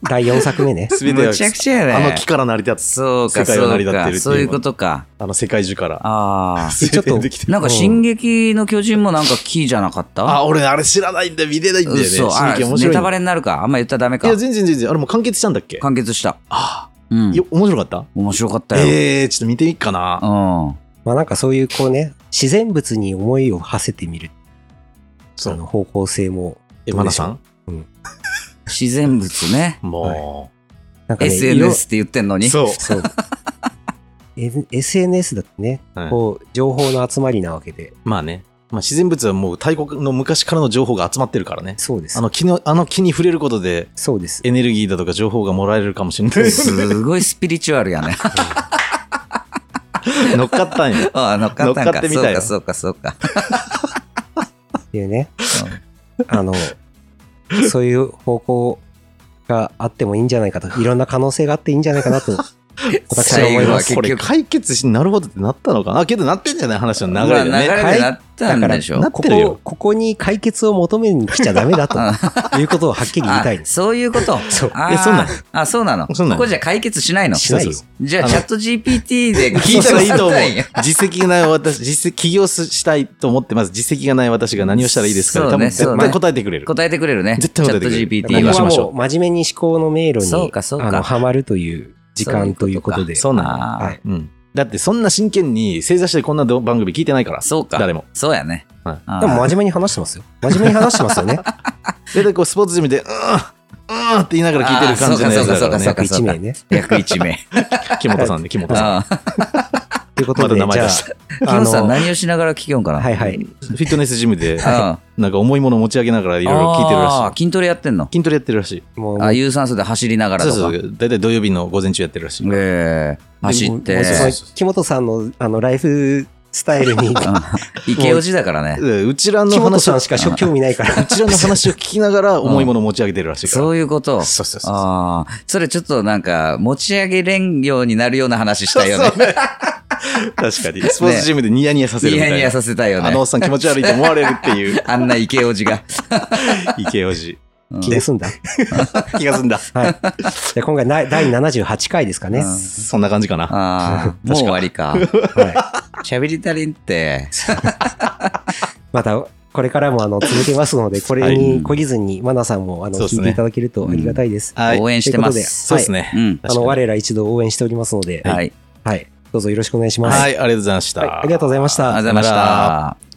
Speaker 3: 第4作目ね
Speaker 1: 全ては
Speaker 2: むちゃくちゃやね。
Speaker 1: あの木から成り立つ。
Speaker 2: そうか、
Speaker 1: 世界を
Speaker 2: そ
Speaker 1: 成
Speaker 2: う
Speaker 1: り立ってるっていう
Speaker 2: か。そういうことか。
Speaker 1: あの世界中から。
Speaker 2: ああ。
Speaker 1: 全て
Speaker 3: ちょっと
Speaker 1: できてる
Speaker 2: なんか、進撃の巨人もなんか木じゃなかった
Speaker 1: あ、俺、あれ知らないんだよ、見れないんだよね。
Speaker 2: 嘘
Speaker 1: 進
Speaker 2: あ
Speaker 1: 撃面白
Speaker 2: ネ
Speaker 1: い
Speaker 2: タ
Speaker 1: の。
Speaker 2: バレになるか。あんま言ったらダメ
Speaker 1: い
Speaker 2: か
Speaker 1: や、。全然全然。あれもう完結したんだっけ
Speaker 2: 完結した。
Speaker 1: あ
Speaker 2: うん
Speaker 1: あ、。よ面白かった
Speaker 2: 面白かったよ。
Speaker 1: えー、ちょっと見てみっかな。
Speaker 2: うん。
Speaker 3: まあなんかそういうこうね、自然物に思いを馳せてみる。
Speaker 1: そ
Speaker 3: あの
Speaker 1: う。
Speaker 3: 方向性も。
Speaker 1: え、マナさん
Speaker 2: 自然物ね。
Speaker 1: も
Speaker 3: なんかね、
Speaker 2: SNS って言ってんのに。
Speaker 1: う。そう。
Speaker 3: 色そう。 え SNS だってね、
Speaker 1: はい
Speaker 3: こう、情報の集まりなわけで。
Speaker 1: まあね。まあ、自然物はもう大国の昔からの情報が集まってるからね。
Speaker 3: そうです
Speaker 1: あ。の木の、あの木に触れることで、
Speaker 3: そうです。
Speaker 1: エネルギーだとか情報がもらえるかもしれない ですね。
Speaker 2: すごいスピリチュアル やね。
Speaker 1: 乗っかったんや。
Speaker 2: ああ乗っかったん
Speaker 1: 乗
Speaker 2: か。
Speaker 1: っかってみたよ
Speaker 2: そうか、そうか、
Speaker 3: っていうね、
Speaker 2: そうか。
Speaker 3: あの、そういう方向があってもいいんじゃないかと、いろんな可能性があっていいんじゃないか なと、私は思
Speaker 2: 最
Speaker 3: い
Speaker 2: 後は
Speaker 3: ま
Speaker 2: 結
Speaker 3: す。
Speaker 1: こ
Speaker 2: 局
Speaker 1: れ解決し、なるほどってなったのかなあけどなってんじゃない話の流
Speaker 2: ま
Speaker 1: れ
Speaker 2: あ
Speaker 1: で
Speaker 2: 流
Speaker 1: ね。
Speaker 2: れでなったんでしょ。
Speaker 1: なっ
Speaker 3: こ
Speaker 1: てるよ
Speaker 3: こ、ここに解決を求めに来ちゃダメだと
Speaker 2: あ
Speaker 3: いうことをはっきり言いたい
Speaker 2: あ
Speaker 3: んです。
Speaker 2: そういうこと。
Speaker 3: そう。
Speaker 2: あ
Speaker 1: え
Speaker 2: ー
Speaker 1: そうなの
Speaker 2: あ、そうなの。
Speaker 1: そうなの
Speaker 2: ここじゃ解決しないの。
Speaker 3: しないよ
Speaker 1: そうそう
Speaker 2: じゃあ、
Speaker 1: あの
Speaker 2: チャット GPT で
Speaker 1: 聞いたらいいと思う
Speaker 2: 聞たら。
Speaker 1: 実績がない私、実績、起業すしたいと思ってます。実績がない私が何をしたらいいですかね
Speaker 2: そう
Speaker 1: 多分
Speaker 2: ね
Speaker 1: 絶
Speaker 2: そう
Speaker 1: 対
Speaker 2: ね
Speaker 1: 答えてくれる。
Speaker 2: 答えてくれるね。
Speaker 1: 絶対答えてくれる
Speaker 2: チャット GPT
Speaker 3: ここ
Speaker 1: だ
Speaker 2: は
Speaker 1: か。らしま
Speaker 3: は
Speaker 1: しょ
Speaker 3: もう真面目に思考の迷路
Speaker 2: そう
Speaker 3: に
Speaker 2: かそうか
Speaker 3: あのはまるという時間ということで。
Speaker 1: そうなの。
Speaker 2: あー
Speaker 1: うん。だってそんな真剣に正座してこんなど番組聞いてないから。
Speaker 2: そうか。
Speaker 1: 誰も。
Speaker 2: そうやね。
Speaker 1: はい
Speaker 2: あー
Speaker 3: でも真面目に話してますよ。真面目に話してま すよね。
Speaker 1: 大体こうスポーツジムで、うん、うんって言いながら聞いてる感じのやつだから
Speaker 2: そ
Speaker 1: ね
Speaker 2: うか。
Speaker 3: 1名ね。
Speaker 2: 約1名。
Speaker 1: 木本さんで、木本さん。
Speaker 2: ああ。
Speaker 3: ということで、
Speaker 1: まだ名前出
Speaker 3: じゃあ
Speaker 1: し、
Speaker 2: キ
Speaker 3: あ
Speaker 2: ムさん
Speaker 3: の、
Speaker 2: 何をしながら聞けよんかな。
Speaker 3: はいはい。
Speaker 1: フィットネスジムで、
Speaker 2: あ
Speaker 1: なんか重いものを持ち上げながらい
Speaker 2: い
Speaker 1: ろいろ聞いてるらしい。
Speaker 2: 筋トレやってんの
Speaker 1: 筋トレやってるらしい。
Speaker 3: もう、
Speaker 2: あ、有酸素で走りながら
Speaker 1: そ
Speaker 2: と
Speaker 1: う
Speaker 2: か。
Speaker 1: そう。大体土曜日の午前中やってるらしい。
Speaker 2: ええ走っ
Speaker 3: でも
Speaker 2: て
Speaker 3: もう。その木本さんのあのライフスタ イルに、
Speaker 2: うん池尾寺だからね。
Speaker 1: でうちらの
Speaker 3: 木本
Speaker 1: 話
Speaker 3: さ
Speaker 1: を、
Speaker 3: ん
Speaker 1: う
Speaker 3: しか興味ないから。
Speaker 1: ちらの話を聞きながら重いものを持ち上げてるらしいから。
Speaker 2: そういうこと。
Speaker 1: そうそうそう。
Speaker 2: ああ、それちょっとなんか、持ち上げれんようになるような話したいよね。
Speaker 1: 確かに。スポーツジムでニヤニヤさせる
Speaker 2: ニ
Speaker 1: みたい
Speaker 2: ヤ
Speaker 1: な。
Speaker 2: ニヤさ せたいよ
Speaker 1: あのお
Speaker 2: ね
Speaker 1: っ。さん気持ち悪いと思われるっていう
Speaker 2: あんな池尾 寺が。
Speaker 1: 池おじ。
Speaker 2: うん
Speaker 3: 気が済んだ。
Speaker 1: 気がすんだ。
Speaker 3: はい。じゃあ今回な第78回ですかね。
Speaker 2: うん
Speaker 3: は
Speaker 1: そんな感じかな。
Speaker 2: ああ、もう終わ りか。
Speaker 3: い。
Speaker 2: 喋り足りんって。
Speaker 3: また、これからもあの続けますので、これに懲りずに、マナさんもあの
Speaker 1: そうです
Speaker 3: 聞
Speaker 1: ね
Speaker 3: いていただけるとありがたいです。
Speaker 1: はい。
Speaker 2: 応援してます。
Speaker 1: そうですね。
Speaker 2: うん。
Speaker 3: あの、我ら一度応援しておりますので、
Speaker 2: はい。
Speaker 3: はい。どうぞよろしくお願いします。
Speaker 1: はい、ありがとうございました。
Speaker 3: はいありがとうございました
Speaker 2: ありがとうございまし
Speaker 1: さよなら
Speaker 2: た。